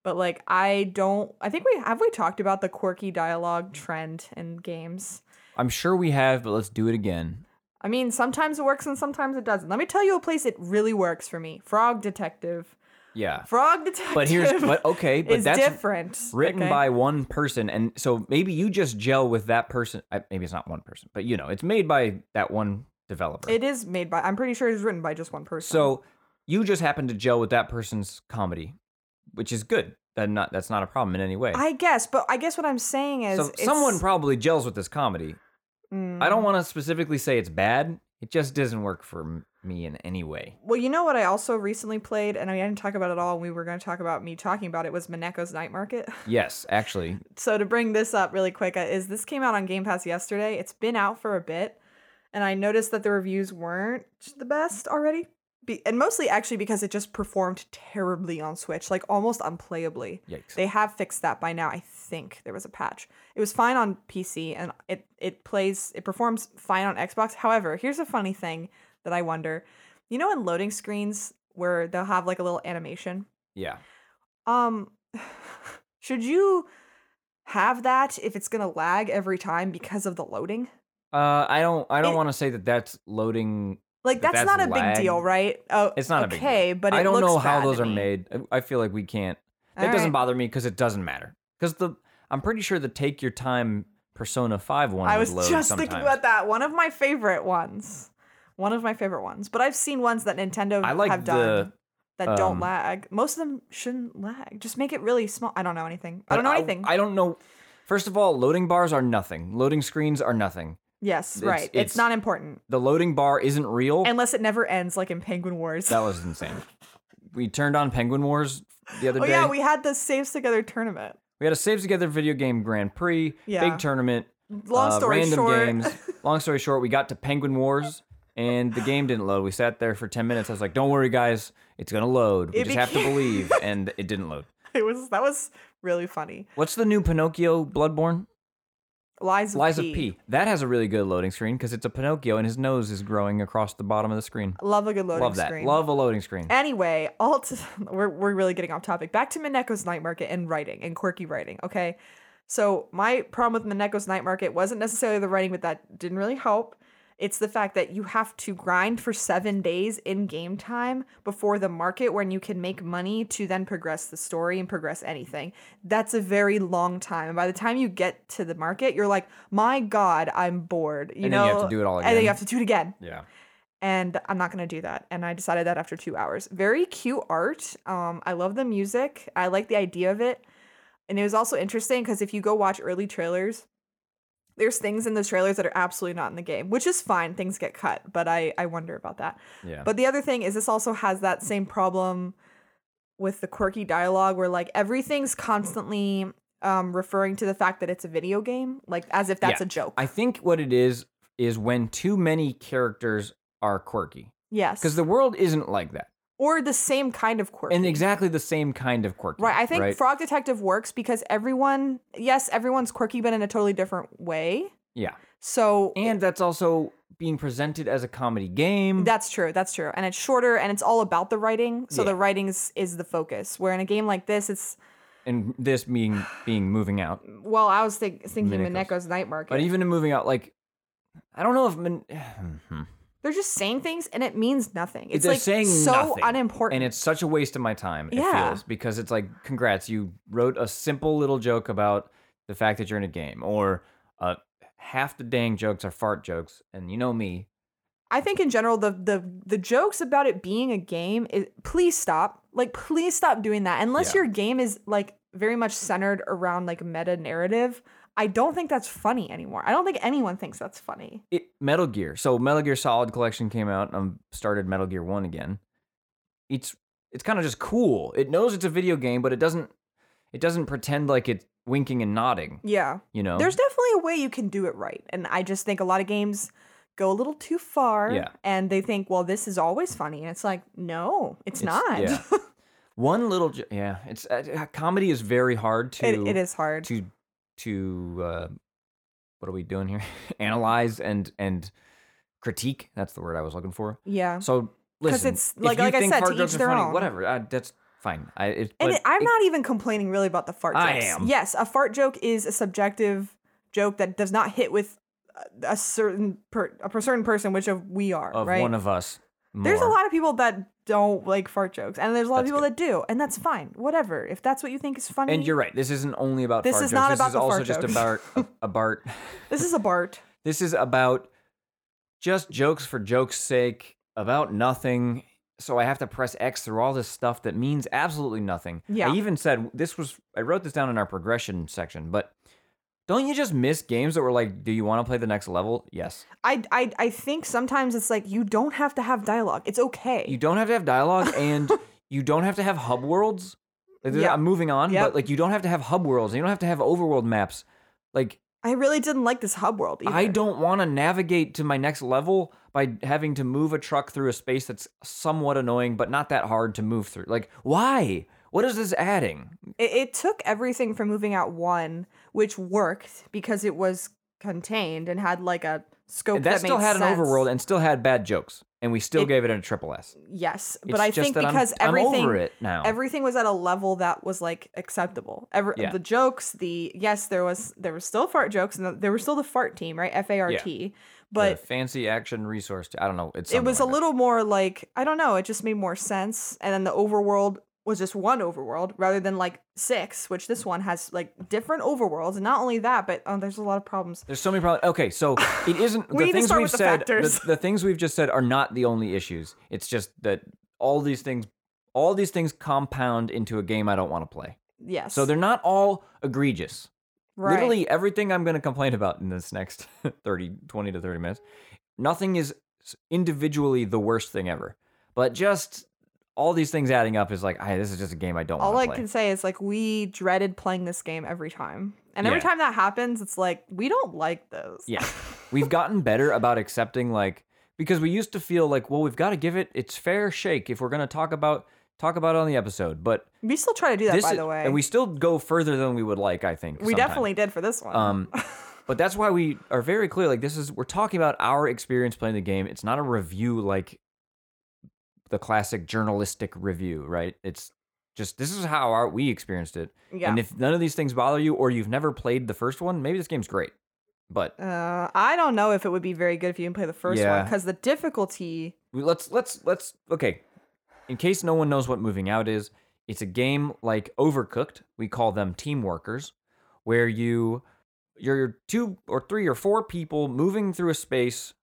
[SPEAKER 2] but like I don't I think we have we talked about the quirky dialogue trend in games.
[SPEAKER 1] i'm sure we have but let's do it again
[SPEAKER 2] I mean, sometimes it works and sometimes it doesn't. Let me tell you a place it really works for me. Frog Detective.
[SPEAKER 1] yeah
[SPEAKER 2] Frog Detective.
[SPEAKER 1] but here's
[SPEAKER 2] <laughs>
[SPEAKER 1] but okay but
[SPEAKER 2] is
[SPEAKER 1] that's
[SPEAKER 2] different.
[SPEAKER 1] written
[SPEAKER 2] okay?
[SPEAKER 1] by one person and so maybe you just gel with that person I- maybe it's not one person but you know it's made by that one developer
[SPEAKER 2] It is made by I'm pretty sure it's written by just one person.
[SPEAKER 1] so you just happen to gel with that person's comedy which is good that not that's not a problem in any way
[SPEAKER 2] I guess, but I guess what I'm saying is
[SPEAKER 1] so someone
[SPEAKER 2] it's-
[SPEAKER 1] probably gels with this comedy i
[SPEAKER 2] Mm.
[SPEAKER 1] don't want to specifically say it's bad it just doesn't work for m- me in any way
[SPEAKER 2] Well, you know what I also recently played, and I didn't talk about it at all. We were going to talk about me talking about it was Maneko's Night Market. <laughs>
[SPEAKER 1] yes actually
[SPEAKER 2] so to bring this up really quick, uh, is this came out on Game Pass yesterday? It's been out for a bit, and I noticed that the reviews weren't the best already. Be- and mostly actually because it just performed terribly on Switch, like almost unplayably.
[SPEAKER 1] yikes
[SPEAKER 2] They have fixed that by now. I think there was a patch. It was fine on PC and it it plays it performs fine on Xbox. However, here's a funny thing that I wonder. You know in loading screens where they'll have like a little animation?
[SPEAKER 1] yeah
[SPEAKER 2] Um <sighs> should you have that if it's going to lag every time because of the loading?
[SPEAKER 1] uh, I don't. I don't
[SPEAKER 2] It-
[SPEAKER 1] want to say that that's loading.
[SPEAKER 2] Like
[SPEAKER 1] That
[SPEAKER 2] that's,
[SPEAKER 1] that's
[SPEAKER 2] not a
[SPEAKER 1] lag?
[SPEAKER 2] big deal, right? Oh,
[SPEAKER 1] It's not a
[SPEAKER 2] okay,
[SPEAKER 1] big deal.
[SPEAKER 2] but it
[SPEAKER 1] I don't
[SPEAKER 2] looks
[SPEAKER 1] know how
[SPEAKER 2] bad
[SPEAKER 1] those
[SPEAKER 2] to
[SPEAKER 1] are
[SPEAKER 2] me.
[SPEAKER 1] made. I- I feel like we can't. That
[SPEAKER 2] All
[SPEAKER 1] doesn't
[SPEAKER 2] right.
[SPEAKER 1] bother me because it doesn't matter. Because the I'm pretty sure the take your time Persona Five one.
[SPEAKER 2] I
[SPEAKER 1] would
[SPEAKER 2] was
[SPEAKER 1] load
[SPEAKER 2] just
[SPEAKER 1] sometimes.
[SPEAKER 2] thinking about that. One of my favorite ones. One of my favorite ones. But I've seen ones that Nintendo
[SPEAKER 1] I like
[SPEAKER 2] have
[SPEAKER 1] the-
[SPEAKER 2] done that don't
[SPEAKER 1] um,
[SPEAKER 2] lag. Most of them shouldn't lag. Just make it really small. I don't know anything. I
[SPEAKER 1] But
[SPEAKER 2] don't know anything.
[SPEAKER 1] I don't know. First of all, loading bars are nothing. Loading screens are nothing.
[SPEAKER 2] yes,
[SPEAKER 1] it's-
[SPEAKER 2] right. It's,
[SPEAKER 1] it's-
[SPEAKER 2] not important.
[SPEAKER 1] The loading bar isn't real.
[SPEAKER 2] Unless it never ends like in Penguin Wars.
[SPEAKER 1] that was insane. We turned on Penguin Wars the other
[SPEAKER 2] <laughs> oh
[SPEAKER 1] day.
[SPEAKER 2] yeah, we had the Saves Together tournament.
[SPEAKER 1] We had a Saves Together video game Grand Prix,
[SPEAKER 2] Yeah.
[SPEAKER 1] big tournament,
[SPEAKER 2] Long
[SPEAKER 1] uh,
[SPEAKER 2] story
[SPEAKER 1] random
[SPEAKER 2] short.
[SPEAKER 1] games. Long story short, we got to Penguin Wars and the game didn't load. We sat there for 10 minutes. I was like, don't worry, guys, it's going to load. We
[SPEAKER 2] It
[SPEAKER 1] just have to
[SPEAKER 2] became-
[SPEAKER 1] believe.
[SPEAKER 2] <laughs>
[SPEAKER 1] And it didn't load.
[SPEAKER 2] <laughs> It was that was really funny.
[SPEAKER 1] What's the new Pinocchio Bloodborne?
[SPEAKER 2] Lies of
[SPEAKER 1] Lies
[SPEAKER 2] P.
[SPEAKER 1] of P. That has a really good loading screen because it's a Pinocchio and his nose is growing across the bottom of the screen.
[SPEAKER 2] Love a good loading
[SPEAKER 1] Love that.
[SPEAKER 2] screen.
[SPEAKER 1] Love a loading screen.
[SPEAKER 2] Anyway, <laughs> all t- we're we're really getting off topic. Back to Mineko's Night Market and writing and quirky writing. Okay, so my problem with Mineko's Night Market wasn't necessarily the writing, but that didn't really help. It's the fact that you have to grind for seven days in game time before the market when you can make money to then progress the story and progress anything. That's a very long time. And by the time you get to the market, you're like, my God, I'm bored. You
[SPEAKER 1] And
[SPEAKER 2] know?
[SPEAKER 1] then you have to do it all
[SPEAKER 2] And then
[SPEAKER 1] again.
[SPEAKER 2] you have to do it again
[SPEAKER 1] Yeah.
[SPEAKER 2] and I'm not gonna do that. And I decided that after two hours. Very cute art. Um, I love the music. I like the idea of it, and it was also interesting because if you go watch early trailers, there's things in the trailers that are absolutely not in the game, which is fine. Things get cut, but I I wonder about that.
[SPEAKER 1] Yeah.
[SPEAKER 2] But the other thing is, this also has that same problem with the quirky dialogue where like everything's constantly um, referring to the fact that it's a video game, like as if that's
[SPEAKER 1] Yeah.
[SPEAKER 2] a joke.
[SPEAKER 1] I think what it is is when too many characters are quirky
[SPEAKER 2] yes.
[SPEAKER 1] because the world isn't like that
[SPEAKER 2] or the same kind of quirky.
[SPEAKER 1] and exactly the same kind of quirky.
[SPEAKER 2] Right. I think Frog Detective works because everyone, yes, everyone's quirky, but in a totally different way.
[SPEAKER 1] yeah,
[SPEAKER 2] So
[SPEAKER 1] and um, that's also being presented as a comedy game.
[SPEAKER 2] that's true. That's true. And it's shorter and it's all about the writing. So the
[SPEAKER 1] Yeah.
[SPEAKER 2] writing is, is the focus. Where in a game like this, it's,
[SPEAKER 1] and this being being moving out,
[SPEAKER 2] well, I was think, thinking
[SPEAKER 1] Mineko's.
[SPEAKER 2] Mineko's Night Market.
[SPEAKER 1] but even in moving out, like I don't know if Min-
[SPEAKER 2] They're just saying things and it means nothing. It's
[SPEAKER 1] They're
[SPEAKER 2] like
[SPEAKER 1] saying
[SPEAKER 2] so
[SPEAKER 1] nothing, <sighs>
[SPEAKER 2] unimportant.
[SPEAKER 1] and it's such a waste of my time.
[SPEAKER 2] Yeah.
[SPEAKER 1] It feels because it's like, congrats, you wrote a simple little joke about the fact that you're in a game, or uh, half the dang jokes are fart jokes, and you know me,
[SPEAKER 2] I think in general the the the jokes about it being a game is please stop. Like please stop doing that. Unless
[SPEAKER 1] Yeah.
[SPEAKER 2] your game is like very much centered around like meta narrative, I don't think that's funny anymore. I don't think anyone thinks that's funny.
[SPEAKER 1] it Metal Gear. So Metal Gear Solid Collection came out. and I started Metal Gear One again. It's it's kind of just cool. It knows it's a video game, but it doesn't it doesn't pretend like it's winking and nodding.
[SPEAKER 2] Yeah.
[SPEAKER 1] You know,
[SPEAKER 2] There's definitely a way you can do it right. And I just think a lot of games go a little too far
[SPEAKER 1] Yeah.
[SPEAKER 2] and they think, "Well, this is always funny." And it's like, "No, it's,
[SPEAKER 1] It's-
[SPEAKER 2] not."
[SPEAKER 1] yeah. one little jo- yeah. It's uh, comedy is very hard to
[SPEAKER 2] <laughs> it, it is hard.
[SPEAKER 1] to to uh, what are we doing here? <laughs> Analyze and and critique. That's the word I was looking for.
[SPEAKER 2] yeah.
[SPEAKER 1] So listen,
[SPEAKER 2] it's-
[SPEAKER 1] if
[SPEAKER 2] like-
[SPEAKER 1] you
[SPEAKER 2] like I
[SPEAKER 1] think
[SPEAKER 2] said, to
[SPEAKER 1] fart jokes
[SPEAKER 2] each
[SPEAKER 1] are
[SPEAKER 2] their
[SPEAKER 1] funny,
[SPEAKER 2] own.
[SPEAKER 1] whatever. Uh, that's fine. I it, but
[SPEAKER 2] And it, I'm
[SPEAKER 1] it-
[SPEAKER 2] not even complaining really about the fart jokes.
[SPEAKER 1] I am.
[SPEAKER 2] Yes, a fart joke is a subjective joke that does not hit with a- a certain per, a per- certain person, which of we are,
[SPEAKER 1] of
[SPEAKER 2] right?
[SPEAKER 1] one of us.
[SPEAKER 2] there's a
[SPEAKER 1] more.
[SPEAKER 2] lot of people that don't like fart jokes, and there's a lot of
[SPEAKER 1] That's
[SPEAKER 2] people that do, and that's fine. Whatever, if that's what you think is funny.
[SPEAKER 1] And you're right. This isn't only about
[SPEAKER 2] This
[SPEAKER 1] fart
[SPEAKER 2] is
[SPEAKER 1] jokes.
[SPEAKER 2] not
[SPEAKER 1] this
[SPEAKER 2] about
[SPEAKER 1] is
[SPEAKER 2] the
[SPEAKER 1] also
[SPEAKER 2] fart
[SPEAKER 1] just
[SPEAKER 2] jokes.
[SPEAKER 1] about about.
[SPEAKER 2] this is a Bart.
[SPEAKER 1] This is about just jokes for jokes' sake, about nothing. So I have to press X through all this stuff that means absolutely nothing.
[SPEAKER 2] Yeah.
[SPEAKER 1] I even said this was. I wrote this down in our progression section, but don't you just miss games that were like, "Do you want to play the next level?" Yes.
[SPEAKER 2] I, I I think sometimes it's like you don't have to have dialogue. It's okay.
[SPEAKER 1] You don't have to have dialogue,
[SPEAKER 2] <laughs>
[SPEAKER 1] and you don't have to have hub worlds. Like,
[SPEAKER 2] Yeah.
[SPEAKER 1] I'm moving on,
[SPEAKER 2] Yep.
[SPEAKER 1] but like you don't have to have hub worlds. and You don't have to have overworld maps. Like
[SPEAKER 2] I really didn't like this hub world. Either.
[SPEAKER 1] I don't want to navigate to my next level by having to move a truck through a space that's somewhat annoying, but not that hard to move through. Like, why? What is this adding?
[SPEAKER 2] It, it took everything from moving out one, which worked because it was contained and had like a scope
[SPEAKER 1] And
[SPEAKER 2] that,
[SPEAKER 1] that still
[SPEAKER 2] made
[SPEAKER 1] had an
[SPEAKER 2] sense.
[SPEAKER 1] overworld and still had bad jokes, and we still
[SPEAKER 2] It-
[SPEAKER 1] gave it a triple S.
[SPEAKER 2] Yes, but
[SPEAKER 1] It's
[SPEAKER 2] I
[SPEAKER 1] just
[SPEAKER 2] think
[SPEAKER 1] that I'm-
[SPEAKER 2] because
[SPEAKER 1] I'm,
[SPEAKER 2] everything
[SPEAKER 1] over it now.
[SPEAKER 2] everything was at a level that was like acceptable. Every,
[SPEAKER 1] Yeah.
[SPEAKER 2] The jokes, the yes, there was there was still fart jokes, and there was still the fart team, right? F A R T,
[SPEAKER 1] The
[SPEAKER 2] but.
[SPEAKER 1] fancy action resource. I don't know. It's
[SPEAKER 2] it was a
[SPEAKER 1] something like
[SPEAKER 2] little more like I don't know. It just made more sense, and then the overworld was just one overworld rather than like six, which this one has like different overworlds. And not only that, but um, there's a lot of problems.
[SPEAKER 1] that. There's so many problems. Okay, so
[SPEAKER 2] <laughs>
[SPEAKER 1] it isn't the
[SPEAKER 2] We need to
[SPEAKER 1] things
[SPEAKER 2] start
[SPEAKER 1] we've
[SPEAKER 2] with the
[SPEAKER 1] said.
[SPEAKER 2] factors.
[SPEAKER 1] the things we've just said are not the only issues. It's just that all these things, all these things compound into a game I don't want to play.
[SPEAKER 2] Yes.
[SPEAKER 1] So they're not all egregious.
[SPEAKER 2] right.
[SPEAKER 1] Literally everything I'm going to complain about in this next <laughs> 30, 20 to 30 minutes, nothing is s- individually the worst thing ever. But just all these things adding up is like, I, this is just a game I don't
[SPEAKER 2] all I
[SPEAKER 1] want to play.
[SPEAKER 2] can say is like we dreaded playing this game every time, and every
[SPEAKER 1] Yeah.
[SPEAKER 2] time that happens, it's like we don't like those.
[SPEAKER 1] Yeah. We've gotten better about accepting like because we used to feel like, well, we've got to give it its fair shake if we're going to talk about talk about it on the episode. But
[SPEAKER 2] <laughs> we still try to do that,
[SPEAKER 1] this
[SPEAKER 2] by
[SPEAKER 1] is-
[SPEAKER 2] the way.
[SPEAKER 1] and we still go further than we would like, I think.
[SPEAKER 2] we
[SPEAKER 1] sometimes.
[SPEAKER 2] definitely did for this one.
[SPEAKER 1] Um, but that's why we are very clear. Like this is we're talking about our experience playing the game. It's not a review like the classic journalistic review, right? It's just this is how our we experienced it.
[SPEAKER 2] yeah.
[SPEAKER 1] And if none of these things bother you, or you've never played the first one, maybe this game's great. But
[SPEAKER 2] uh, I don't know if it would be very good if you didn't play the first one
[SPEAKER 1] Yeah.
[SPEAKER 2] because the difficulty.
[SPEAKER 1] we- let's let's let's okay. In case no one knows what moving out is, it's a game like Overcooked. We call them team workers, where you you're two or three or four people moving through a space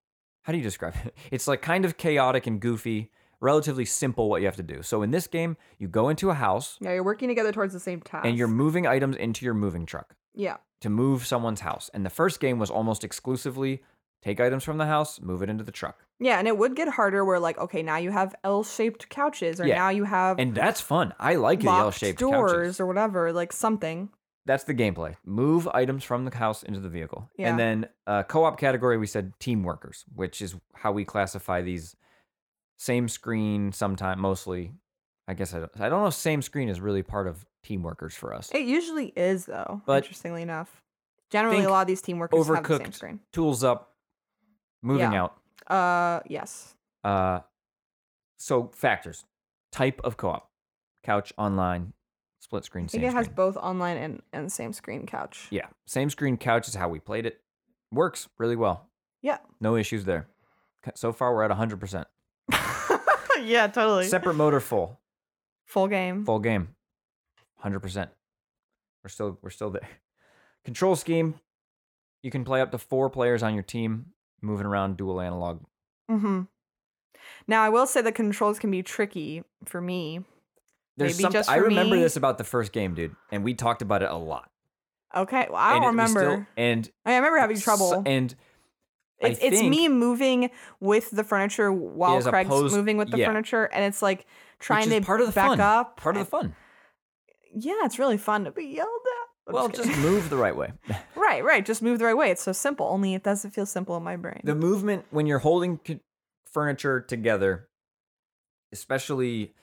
[SPEAKER 1] how do you describe it? <laughs> It's like kind of chaotic and goofy, relatively simple what you have to do. So in this game, you go into a house
[SPEAKER 2] Yeah, you're working together towards the same task.
[SPEAKER 1] and you're moving items into your moving truck
[SPEAKER 2] yeah.
[SPEAKER 1] to move someone's house. And the first game was almost exclusively take items from the house, move it into the truck.
[SPEAKER 2] Yeah, and it would get harder where like, okay, now you have L-shaped couches or
[SPEAKER 1] Yeah.
[SPEAKER 2] now you have
[SPEAKER 1] And that's fun. I like the
[SPEAKER 2] locked
[SPEAKER 1] L-shaped
[SPEAKER 2] doors
[SPEAKER 1] couches.
[SPEAKER 2] or whatever, like something.
[SPEAKER 1] That's the gameplay. Move items from the house into the vehicle.
[SPEAKER 2] Yeah.
[SPEAKER 1] And then uh, co-op category, we said team workers, which is how we classify these same screen sometime mostly. I guess I don't, I don't know if same screen is really part of team workers for us.
[SPEAKER 2] It usually is though,
[SPEAKER 1] But-
[SPEAKER 2] interestingly enough. Generally a
[SPEAKER 1] Think
[SPEAKER 2] lot of these team workers have the same
[SPEAKER 1] Overcooked.
[SPEAKER 2] screen.
[SPEAKER 1] Tools up, moving
[SPEAKER 2] Yeah.
[SPEAKER 1] out.
[SPEAKER 2] Uh yes.
[SPEAKER 1] Uh, so factors, type of co-op, couch, online, split screen,
[SPEAKER 2] I think
[SPEAKER 1] same
[SPEAKER 2] it has
[SPEAKER 1] screen.
[SPEAKER 2] both online and, and same screen couch.
[SPEAKER 1] yeah, same screen couch is how we played it. Works really well.
[SPEAKER 2] Yeah.
[SPEAKER 1] No issues there. C- So far, we're at 100%.
[SPEAKER 2] <laughs> yeah, totally.
[SPEAKER 1] Separate motor full,
[SPEAKER 2] Full game.
[SPEAKER 1] full game. 100%. We're still we're still there. Control scheme. You can play up to 4 players on your team moving around dual analog.
[SPEAKER 2] Mm-hmm. Now I will say the controls can be tricky for me.
[SPEAKER 1] There's
[SPEAKER 2] Maybe
[SPEAKER 1] some
[SPEAKER 2] just
[SPEAKER 1] I
[SPEAKER 2] for
[SPEAKER 1] remember
[SPEAKER 2] me.
[SPEAKER 1] this about the first game, dude, and we talked about it a lot.
[SPEAKER 2] Okay, well, I
[SPEAKER 1] and
[SPEAKER 2] don't
[SPEAKER 1] it was
[SPEAKER 2] remember.
[SPEAKER 1] still- and
[SPEAKER 2] I remember having
[SPEAKER 1] s-
[SPEAKER 2] trouble.
[SPEAKER 1] and I
[SPEAKER 2] it's it's
[SPEAKER 1] think-
[SPEAKER 2] me moving with the furniture while
[SPEAKER 1] As
[SPEAKER 2] Craig's
[SPEAKER 1] opposed-
[SPEAKER 2] moving with the
[SPEAKER 1] yeah.
[SPEAKER 2] furniture, and it's like
[SPEAKER 1] which
[SPEAKER 2] trying
[SPEAKER 1] is
[SPEAKER 2] to
[SPEAKER 1] part of the
[SPEAKER 2] back
[SPEAKER 1] fun.
[SPEAKER 2] up.
[SPEAKER 1] Part of the fun.
[SPEAKER 2] and- Yeah, it's really fun to be yelled at. I'm
[SPEAKER 1] Well,
[SPEAKER 2] kidding.
[SPEAKER 1] just move the right way.
[SPEAKER 2] <laughs> right, right. Just move the right way. It's so simple. Only it doesn't feel simple in my brain.
[SPEAKER 1] the movement when you're holding c- furniture together especially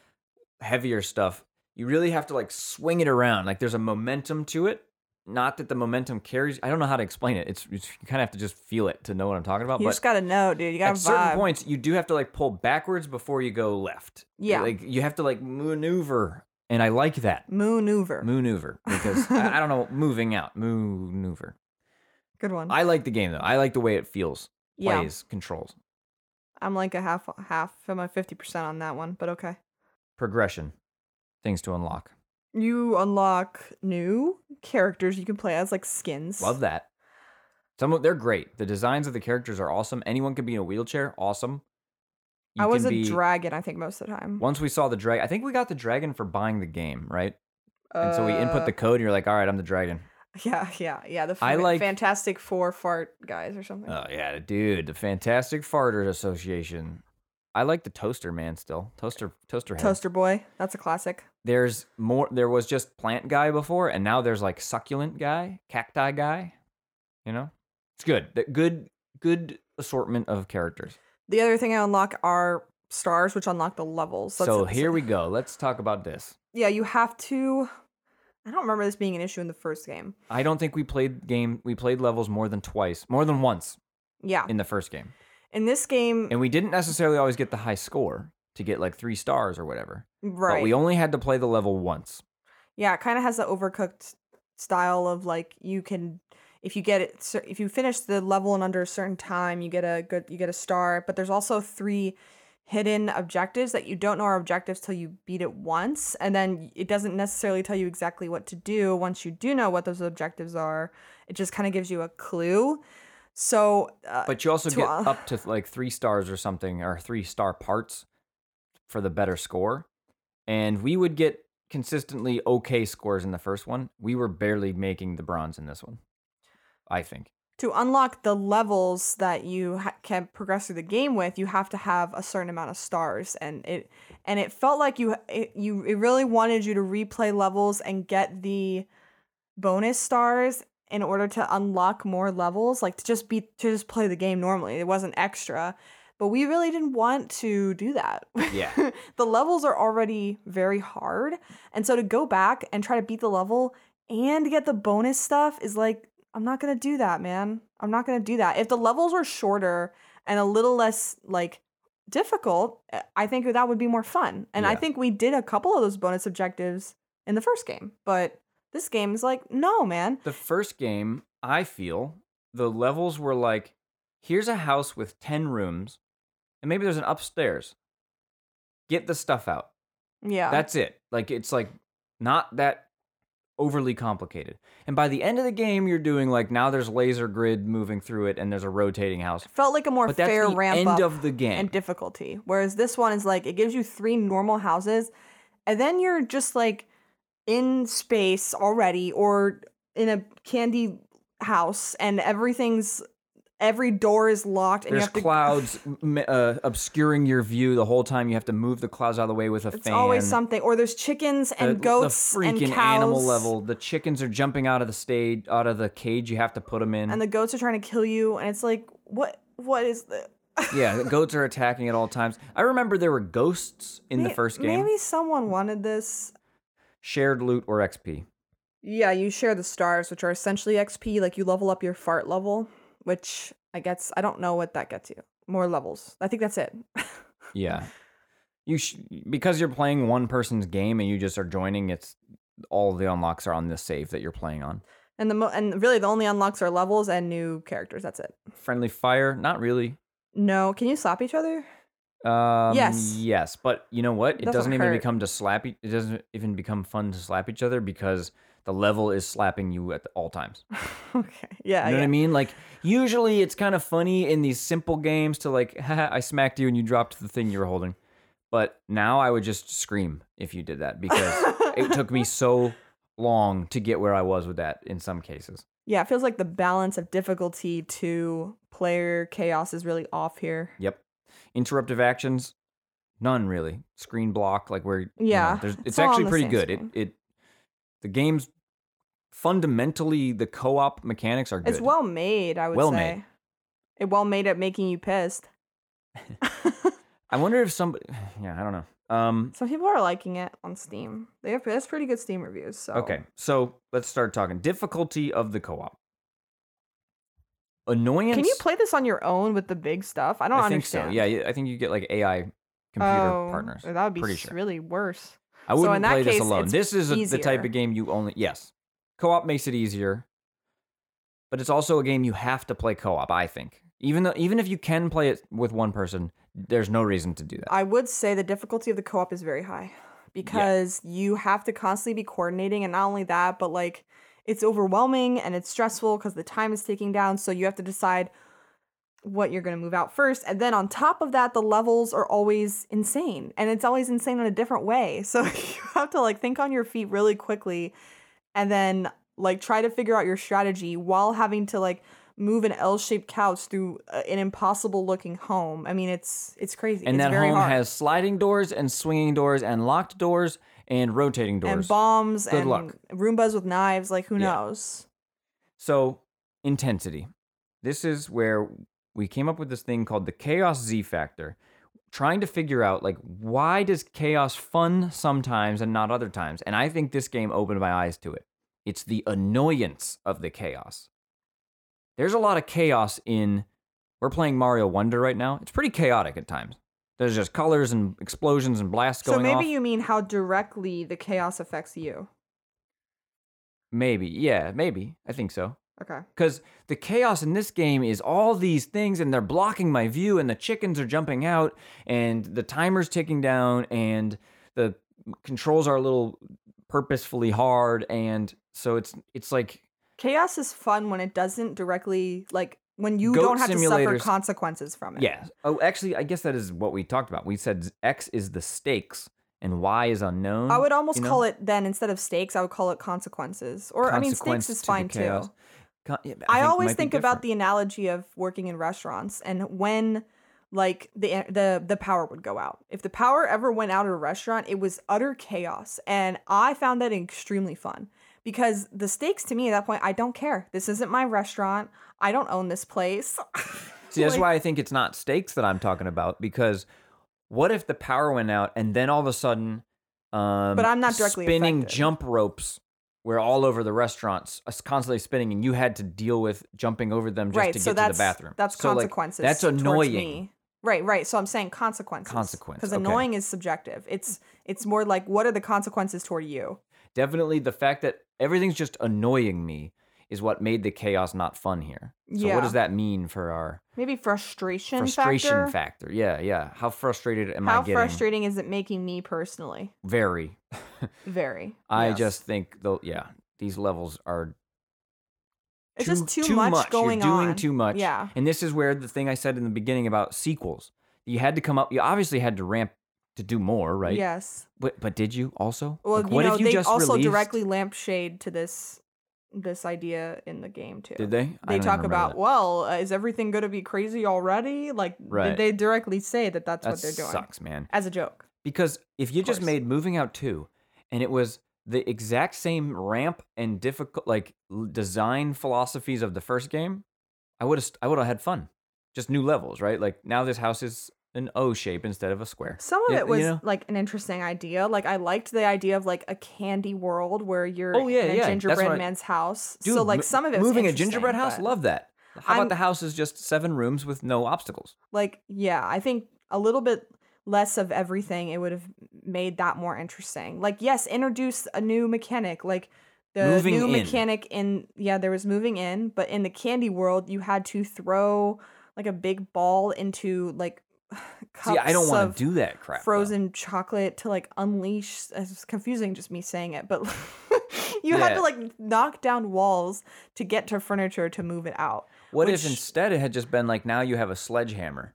[SPEAKER 1] heavier stuff you really have to like swing it around like there's a momentum to it not that the momentum carries i don't know how to explain it it's, it's you kind of have to just feel it to know what i'm talking about
[SPEAKER 2] you
[SPEAKER 1] but
[SPEAKER 2] just gotta know, dude. You gotta
[SPEAKER 1] at certain
[SPEAKER 2] vibe.
[SPEAKER 1] points you do have to like pull backwards before you go left eh,
[SPEAKER 2] Yeah.
[SPEAKER 1] like you have to like maneuver and i like that
[SPEAKER 2] maneuver.
[SPEAKER 1] maneuver
[SPEAKER 2] <laughs>
[SPEAKER 1] because I, I don't know moving out maneuver
[SPEAKER 2] Good one.
[SPEAKER 1] i like the game though i like the way it feels
[SPEAKER 2] yeah,
[SPEAKER 1] plays controls
[SPEAKER 2] I'm like a half half. I'm a fifty percent on that one, but okay.
[SPEAKER 1] progression, things to unlock.
[SPEAKER 2] You unlock new characters you can play as, like skins.
[SPEAKER 1] Love that. Some of they're great. The designs of the characters are awesome. Anyone can be in a wheelchair. Awesome. You
[SPEAKER 2] I
[SPEAKER 1] can
[SPEAKER 2] was a
[SPEAKER 1] be-
[SPEAKER 2] dragon, I think, most of the time.
[SPEAKER 1] Once we saw the dragon, I think we got the dragon for buying the game, right? and so we
[SPEAKER 2] Uh,
[SPEAKER 1] input the code. and You're like, all right, I'm the dragon.
[SPEAKER 2] Yeah, yeah, yeah. The
[SPEAKER 1] I
[SPEAKER 2] fa-
[SPEAKER 1] like-
[SPEAKER 2] Fantastic Four fart guys or something.
[SPEAKER 1] Oh yeah, dude, the Fantastic Farters Association. I like the toaster man still. Toaster, toaster head.
[SPEAKER 2] Toaster Boy, that's a classic.
[SPEAKER 1] There's more. There was just plant guy before, and now there's like succulent guy, cacti guy. You know, it's good. The good, good assortment of characters.
[SPEAKER 2] The other thing I unlock are stars, which unlock the levels.
[SPEAKER 1] So,
[SPEAKER 2] that's-
[SPEAKER 1] here we go. Let's talk about this.
[SPEAKER 2] yeah, you have to. I don't remember this being an issue in the first game.
[SPEAKER 1] I don't think we played game we played levels more than twice, more than once
[SPEAKER 2] Yeah,
[SPEAKER 1] in the first game.
[SPEAKER 2] in this game,
[SPEAKER 1] And we didn't necessarily always get the high score to get like 3 stars or whatever.
[SPEAKER 2] right?
[SPEAKER 1] But we only had to play the level once.
[SPEAKER 2] yeah, it kind of has the overcooked style of like you can. If you get it, cer- if you finish the level in under a certain time, you get a good, you get a star. But there's also three hidden objectives that you don't know are objectives till you beat it once, and then it doesn't necessarily tell you exactly what to do. Once you do know what those objectives are, it just kind of gives you a clue. So, uh,
[SPEAKER 1] But you also
[SPEAKER 2] To
[SPEAKER 1] get
[SPEAKER 2] all-
[SPEAKER 1] up to like 3 stars or something or 3 star parts for the better score. And we would get consistently okay scores in the first one. We were barely making the bronze in this one. I think.
[SPEAKER 2] to unlock the levels that you ha- can progress through the game with, you have to have a certain amount of stars, and it and it felt like you it, you it really wanted you to replay levels and get the bonus stars in order to unlock more levels, like to just be to just play the game normally. It wasn't extra, but we really didn't want to do that.
[SPEAKER 1] Yeah.
[SPEAKER 2] <laughs> the levels are already very hard, and so to go back and try to beat the level and get the bonus stuff is like I'm not gonna do that, man. I'm not gonna do that. If the levels were shorter and a little less like difficult, uh, I think that would be more fun. And I
[SPEAKER 1] Yeah.
[SPEAKER 2] think we did a couple of those bonus objectives in the first game, but this game is like, no, man.
[SPEAKER 1] the first game, I feel the levels were like here's a house with 10 rooms, and maybe there's an upstairs. Get the stuff out.
[SPEAKER 2] Yeah,
[SPEAKER 1] That's it. Like, it's like not that overly complicated. And by the end of the game, you're doing like now there's laser grid moving through it, and there's a rotating house.
[SPEAKER 2] Felt like a more
[SPEAKER 1] But that's
[SPEAKER 2] fair
[SPEAKER 1] the
[SPEAKER 2] ramp
[SPEAKER 1] end
[SPEAKER 2] up
[SPEAKER 1] of the game.
[SPEAKER 2] and difficulty. Whereas this one is like it gives you three normal houses, and then you're just like in space already or in a candy house, and everything's every door is locked, and you
[SPEAKER 1] there's
[SPEAKER 2] have to
[SPEAKER 1] clouds m- uh, obscuring your view the whole time. You have to move the clouds out of the way with a
[SPEAKER 2] It's
[SPEAKER 1] fan.
[SPEAKER 2] always something, or there's chickens
[SPEAKER 1] The-
[SPEAKER 2] and goats
[SPEAKER 1] the freaking
[SPEAKER 2] and cows.
[SPEAKER 1] animal level. The chickens are jumping out of the stage, out of the cage. You have to put them in.
[SPEAKER 2] and the goats are trying to kill you and it's like what what is the
[SPEAKER 1] yeah, the goats are attacking at all times. I remember there were ghosts in the first game.
[SPEAKER 2] maybe someone wanted this
[SPEAKER 1] Shared loot or XP.
[SPEAKER 2] yeah you share the stars which are essentially xp like you level up your fart level which i guess i don't know what that gets you more levels i think that's it <laughs>
[SPEAKER 1] Yeah. You sh- because you're playing one person's game and you just are joining. It's all the unlocks are on this save that you're playing on.
[SPEAKER 2] and the mo- and really the only unlocks are levels and new characters that's it
[SPEAKER 1] Friendly fire, not really.
[SPEAKER 2] no can you slap each other <laughs>
[SPEAKER 1] Um,
[SPEAKER 2] Yes.
[SPEAKER 1] Yes, but you know what? It
[SPEAKER 2] Doesn't
[SPEAKER 1] doesn't, even
[SPEAKER 2] hurt.
[SPEAKER 1] become to slap. e- It doesn't even become fun to slap each other because the level is slapping you at all times.
[SPEAKER 2] okay yeah,
[SPEAKER 1] you know
[SPEAKER 2] yeah.
[SPEAKER 1] what I mean? Like usually it's kind of funny in these simple games to like, <laughs> Haha, I smacked you and you dropped the thing you were holding. But now I would just scream if you did
[SPEAKER 2] <laughs>
[SPEAKER 1] that because it took me so long to get where I was with that in some cases.
[SPEAKER 2] yeah it feels like the balance of difficulty to player chaos is really off here
[SPEAKER 1] Yep. Interruptive actions, none really. Screen block, like where you know,
[SPEAKER 2] Yeah,
[SPEAKER 1] there's, it's,
[SPEAKER 2] it's all on
[SPEAKER 1] actually
[SPEAKER 2] the
[SPEAKER 1] pretty
[SPEAKER 2] same
[SPEAKER 1] good. It,
[SPEAKER 2] screen.
[SPEAKER 1] it the game's fundamentally the co-op mechanics are good.
[SPEAKER 2] It's well made, I would
[SPEAKER 1] Well
[SPEAKER 2] say.
[SPEAKER 1] made.
[SPEAKER 2] It well made at making
[SPEAKER 1] <laughs>
[SPEAKER 2] you pissed. <laughs>
[SPEAKER 1] I wonder if somebody, <sighs> yeah, I don't know. Um,
[SPEAKER 2] Some people are liking it on Steam. They have that's pretty good Steam reviews. So
[SPEAKER 1] Okay, so let's start talking difficulty of the co-op. Annoyance.
[SPEAKER 2] Can you play this on your own with the big stuff? I don't
[SPEAKER 1] I think
[SPEAKER 2] understand.
[SPEAKER 1] so. Yeah, yeah, I think you get like AI computer
[SPEAKER 2] Oh,
[SPEAKER 1] partners.
[SPEAKER 2] That would be
[SPEAKER 1] Pretty
[SPEAKER 2] s-
[SPEAKER 1] sure.
[SPEAKER 2] really worse.
[SPEAKER 1] I
[SPEAKER 2] so in
[SPEAKER 1] wouldn't
[SPEAKER 2] that
[SPEAKER 1] play
[SPEAKER 2] case,
[SPEAKER 1] this alone.
[SPEAKER 2] it's
[SPEAKER 1] This is a, the type
[SPEAKER 2] easier.
[SPEAKER 1] of game you only. Yes, co-op makes it easier, but it's also a game you have to play co-op. I think even though even if you can play it with one person, there's no reason to do that.
[SPEAKER 2] I would say the difficulty of the co-op is very high because you have to constantly be coordinating and not only that, but like it's overwhelming and it's stressful because the time is taking down, so you have to decide what you're going to move out first. And then on top of that, the levels are always insane and it's always insane in a different way. <laughs> So you have to like think on your feet really quickly and then like try to figure out your strategy while having to like move an L-shaped couch through uh, an impossible looking home. I mean, it's it's crazy.
[SPEAKER 1] and
[SPEAKER 2] it's
[SPEAKER 1] that
[SPEAKER 2] very
[SPEAKER 1] home
[SPEAKER 2] hard.
[SPEAKER 1] has sliding doors and swinging doors and locked doors and rotating doors.
[SPEAKER 2] and bombs
[SPEAKER 1] Good
[SPEAKER 2] and
[SPEAKER 1] luck.
[SPEAKER 2] Roombas with knives. Like who
[SPEAKER 1] Yeah.
[SPEAKER 2] knows?
[SPEAKER 1] So, intensity. This is where we came up with this thing called the chaos Z factor, trying to figure out like why does chaos fun sometimes and not other times? And I think this game opened my eyes to it. It's the annoyance of the chaos. There's a lot of chaos in we're playing Mario Wonder right now. It's pretty chaotic at times. There's just colors and explosions and blasts
[SPEAKER 2] So
[SPEAKER 1] going
[SPEAKER 2] maybe
[SPEAKER 1] off.
[SPEAKER 2] you mean how directly the chaos affects you.
[SPEAKER 1] maybe, yeah, maybe. I think so.
[SPEAKER 2] Okay.
[SPEAKER 1] Because the chaos in this game is all these things, and they're blocking my view, and the chickens are jumping out, and the timer's ticking down, and the controls are a little purposefully hard, and so it's it's like
[SPEAKER 2] Chaos is fun when it doesn't directly like when you
[SPEAKER 1] Goat
[SPEAKER 2] don't have to suffer
[SPEAKER 1] simulators-
[SPEAKER 2] consequences from it.
[SPEAKER 1] yeah. Oh, actually, I guess that is what we talked about. We said X is the stakes, and Y is unknown.
[SPEAKER 2] I would almost
[SPEAKER 1] you know?
[SPEAKER 2] call it then instead of stakes, I would call it consequences. Or I mean, stakes
[SPEAKER 1] Consequence
[SPEAKER 2] is
[SPEAKER 1] to the
[SPEAKER 2] fine too.
[SPEAKER 1] chaos. Con- yeah,
[SPEAKER 2] I,
[SPEAKER 1] think it
[SPEAKER 2] always
[SPEAKER 1] might be
[SPEAKER 2] think about
[SPEAKER 1] different.
[SPEAKER 2] the analogy of working in restaurants and when like the the the power would go out. If the power ever went out at a restaurant, it was utter chaos and I found that extremely fun because the stakes to me at that point I don't care. This isn't my restaurant. I don't own this place.
[SPEAKER 1] See, that's
[SPEAKER 2] Like-
[SPEAKER 1] why I think it's not stakes that I'm talking about because what if the power went out and then all of a sudden, um,
[SPEAKER 2] But I'm not directly
[SPEAKER 1] spinning
[SPEAKER 2] affected.
[SPEAKER 1] jump ropes were all over the restaurants, us constantly spinning, and you had to deal with jumping over them just
[SPEAKER 2] right.
[SPEAKER 1] to
[SPEAKER 2] so
[SPEAKER 1] get to
[SPEAKER 2] that's
[SPEAKER 1] the bathroom.
[SPEAKER 2] that's
[SPEAKER 1] So, like,
[SPEAKER 2] consequences.
[SPEAKER 1] that's
[SPEAKER 2] towards
[SPEAKER 1] annoying.
[SPEAKER 2] me. Right, right. So I'm saying consequences.
[SPEAKER 1] Consequence,
[SPEAKER 2] Because
[SPEAKER 1] okay.
[SPEAKER 2] annoying is subjective. It's it's more like what are the consequences toward you?
[SPEAKER 1] Definitely the fact that everything's just annoying me is what made the chaos not fun here. So
[SPEAKER 2] Yeah.
[SPEAKER 1] what does that mean for our
[SPEAKER 2] Maybe frustration.
[SPEAKER 1] frustration
[SPEAKER 2] factor?
[SPEAKER 1] factor? Yeah, yeah. How frustrated am
[SPEAKER 2] How
[SPEAKER 1] I getting?
[SPEAKER 2] frustrating is it making me personally?
[SPEAKER 1] Very.
[SPEAKER 2] Very.
[SPEAKER 1] I
[SPEAKER 2] Yes.
[SPEAKER 1] just think though, yeah, these levels are
[SPEAKER 2] It's just too, much, going
[SPEAKER 1] You're doing
[SPEAKER 2] on.
[SPEAKER 1] too much.
[SPEAKER 2] Yeah.
[SPEAKER 1] And this is where the thing I said in the beginning about sequels. You had to come up. You obviously had to ramp to do more, right?
[SPEAKER 2] Yes.
[SPEAKER 1] But but did you also?
[SPEAKER 2] Well,
[SPEAKER 1] Like,
[SPEAKER 2] you
[SPEAKER 1] what
[SPEAKER 2] know,
[SPEAKER 1] if you
[SPEAKER 2] they
[SPEAKER 1] just
[SPEAKER 2] also
[SPEAKER 1] released-
[SPEAKER 2] directly lampshade to this this idea in the game too.
[SPEAKER 1] did they? I
[SPEAKER 2] They
[SPEAKER 1] don't
[SPEAKER 2] talk
[SPEAKER 1] remember
[SPEAKER 2] about
[SPEAKER 1] that.
[SPEAKER 2] well, uh, is everything going to be crazy already? Like,
[SPEAKER 1] Right.
[SPEAKER 2] did they directly say that that's what they're doing
[SPEAKER 1] sucks, man.
[SPEAKER 2] as a joke?
[SPEAKER 1] Because if you just
[SPEAKER 2] course.
[SPEAKER 1] made Moving Out 2 and it was the exact same ramp and difficult like l- design philosophies of the first game, I would have I would have had fun. Just new levels, right? Like now this house is an O shape instead of a square.
[SPEAKER 2] Some of
[SPEAKER 1] You-
[SPEAKER 2] it was
[SPEAKER 1] you know?
[SPEAKER 2] like an interesting idea. Like I liked the idea of like a candy world where you're
[SPEAKER 1] Oh, yeah,
[SPEAKER 2] in a
[SPEAKER 1] yeah. That's
[SPEAKER 2] gingerbread
[SPEAKER 1] what I-
[SPEAKER 2] man's house.
[SPEAKER 1] Dude,
[SPEAKER 2] so like
[SPEAKER 1] mo-
[SPEAKER 2] some of it was
[SPEAKER 1] moving a
[SPEAKER 2] interesting,
[SPEAKER 1] gingerbread house,
[SPEAKER 2] but,
[SPEAKER 1] love that. How
[SPEAKER 2] I'm-
[SPEAKER 1] about the house is just seven rooms with no obstacles?
[SPEAKER 2] Like yeah, I think a little bit less of everything it would have made that more interesting. Like yes, introduce a new mechanic like. The
[SPEAKER 1] Moving
[SPEAKER 2] new
[SPEAKER 1] in.
[SPEAKER 2] mechanic in yeah, there was moving in, but in the candy world, you had to throw like a big ball into like <sighs> cups
[SPEAKER 1] See, I don't
[SPEAKER 2] want
[SPEAKER 1] want to do that crap. though.
[SPEAKER 2] frozen chocolate to like unleash. uh, It's confusing just me saying it, but <laughs> you had
[SPEAKER 1] Yeah.
[SPEAKER 2] to like knock down walls to get to furniture to move it out.
[SPEAKER 1] What if
[SPEAKER 2] which-
[SPEAKER 1] instead it had just been like now you have a sledgehammer,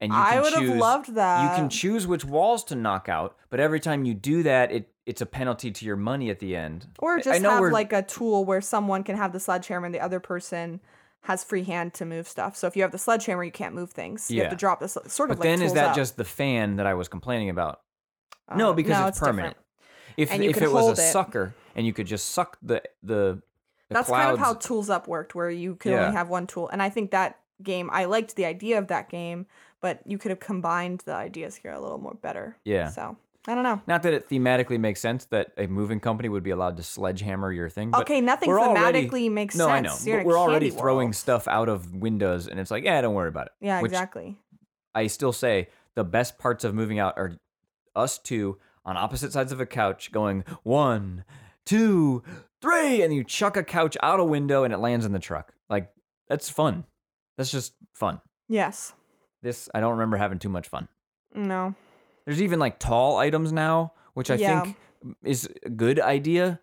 [SPEAKER 1] and you
[SPEAKER 2] I
[SPEAKER 1] can
[SPEAKER 2] would have
[SPEAKER 1] choose-
[SPEAKER 2] loved that.
[SPEAKER 1] You can choose which walls to knock out, but every time you do that, it it's a penalty to your money at the end. I-
[SPEAKER 2] or
[SPEAKER 1] I
[SPEAKER 2] just
[SPEAKER 1] know
[SPEAKER 2] have
[SPEAKER 1] we're-
[SPEAKER 2] like a tool where someone can have the sledgehammer and the other person has free hand to move stuff. So if you have the sledgehammer, you can't move things. You have
[SPEAKER 1] Yeah.
[SPEAKER 2] to drop this sort of
[SPEAKER 1] But
[SPEAKER 2] like.
[SPEAKER 1] then is
[SPEAKER 2] tools
[SPEAKER 1] that
[SPEAKER 2] up.
[SPEAKER 1] just the fan that I was complaining about?
[SPEAKER 2] Uh,
[SPEAKER 1] no, because it's permanent.
[SPEAKER 2] different.
[SPEAKER 1] If
[SPEAKER 2] And you
[SPEAKER 1] if
[SPEAKER 2] could
[SPEAKER 1] it was a
[SPEAKER 2] hold it.
[SPEAKER 1] sucker and you could just suck the the, the
[SPEAKER 2] That's
[SPEAKER 1] clouds,
[SPEAKER 2] kind of how Tools Up worked, where you could
[SPEAKER 1] Yeah.
[SPEAKER 2] only have one tool. And I think that game, I liked the idea of that game, but you could have combined the ideas here a little more better.
[SPEAKER 1] Yeah.
[SPEAKER 2] So I don't know.
[SPEAKER 1] Not that it thematically makes sense that a moving company would be allowed to sledgehammer your thing. But
[SPEAKER 2] okay, nothing
[SPEAKER 1] we're already-
[SPEAKER 2] thematically makes
[SPEAKER 1] no,
[SPEAKER 2] sense.
[SPEAKER 1] I know.
[SPEAKER 2] You're in
[SPEAKER 1] But
[SPEAKER 2] a
[SPEAKER 1] we're already
[SPEAKER 2] candy
[SPEAKER 1] throwing
[SPEAKER 2] world.
[SPEAKER 1] stuff out of windows, and it's like, yeah, don't worry about it.
[SPEAKER 2] Yeah,
[SPEAKER 1] which
[SPEAKER 2] exactly.
[SPEAKER 1] I still say the best parts of moving out are us two on opposite sides of a couch going one, two, three, and you chuck a couch out a window and it lands in the truck. Like, that's fun. That's just fun.
[SPEAKER 2] Yes.
[SPEAKER 1] This, I don't remember having too much fun.
[SPEAKER 2] No.
[SPEAKER 1] There's even like tall items now, which I
[SPEAKER 2] Yeah.
[SPEAKER 1] think is a good idea,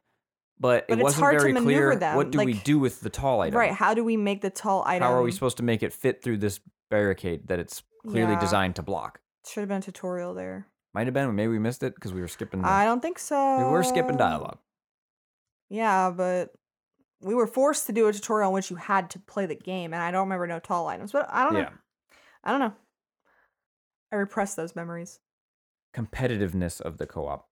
[SPEAKER 1] but,
[SPEAKER 2] But
[SPEAKER 1] it
[SPEAKER 2] it's
[SPEAKER 1] wasn't
[SPEAKER 2] hard to
[SPEAKER 1] very
[SPEAKER 2] maneuver
[SPEAKER 1] clear.
[SPEAKER 2] them,
[SPEAKER 1] What do we
[SPEAKER 2] like-
[SPEAKER 1] do with the tall item?
[SPEAKER 2] Right. How do we make the tall item?
[SPEAKER 1] How are we supposed to make it fit through this barricade that it's clearly
[SPEAKER 2] Yeah.
[SPEAKER 1] designed to block?
[SPEAKER 2] Should have been a tutorial there.
[SPEAKER 1] Might have been. Maybe we missed it because we were skipping. The,
[SPEAKER 2] I don't think so.
[SPEAKER 1] Mm. we were skipping dialogue.
[SPEAKER 2] Yeah, but we were forced to do a tutorial in which you had to play the game, and I don't remember no tall items. But I don't know.
[SPEAKER 1] Yeah,
[SPEAKER 2] I don't know. I repress those memories.
[SPEAKER 1] competitiveness of the co-op.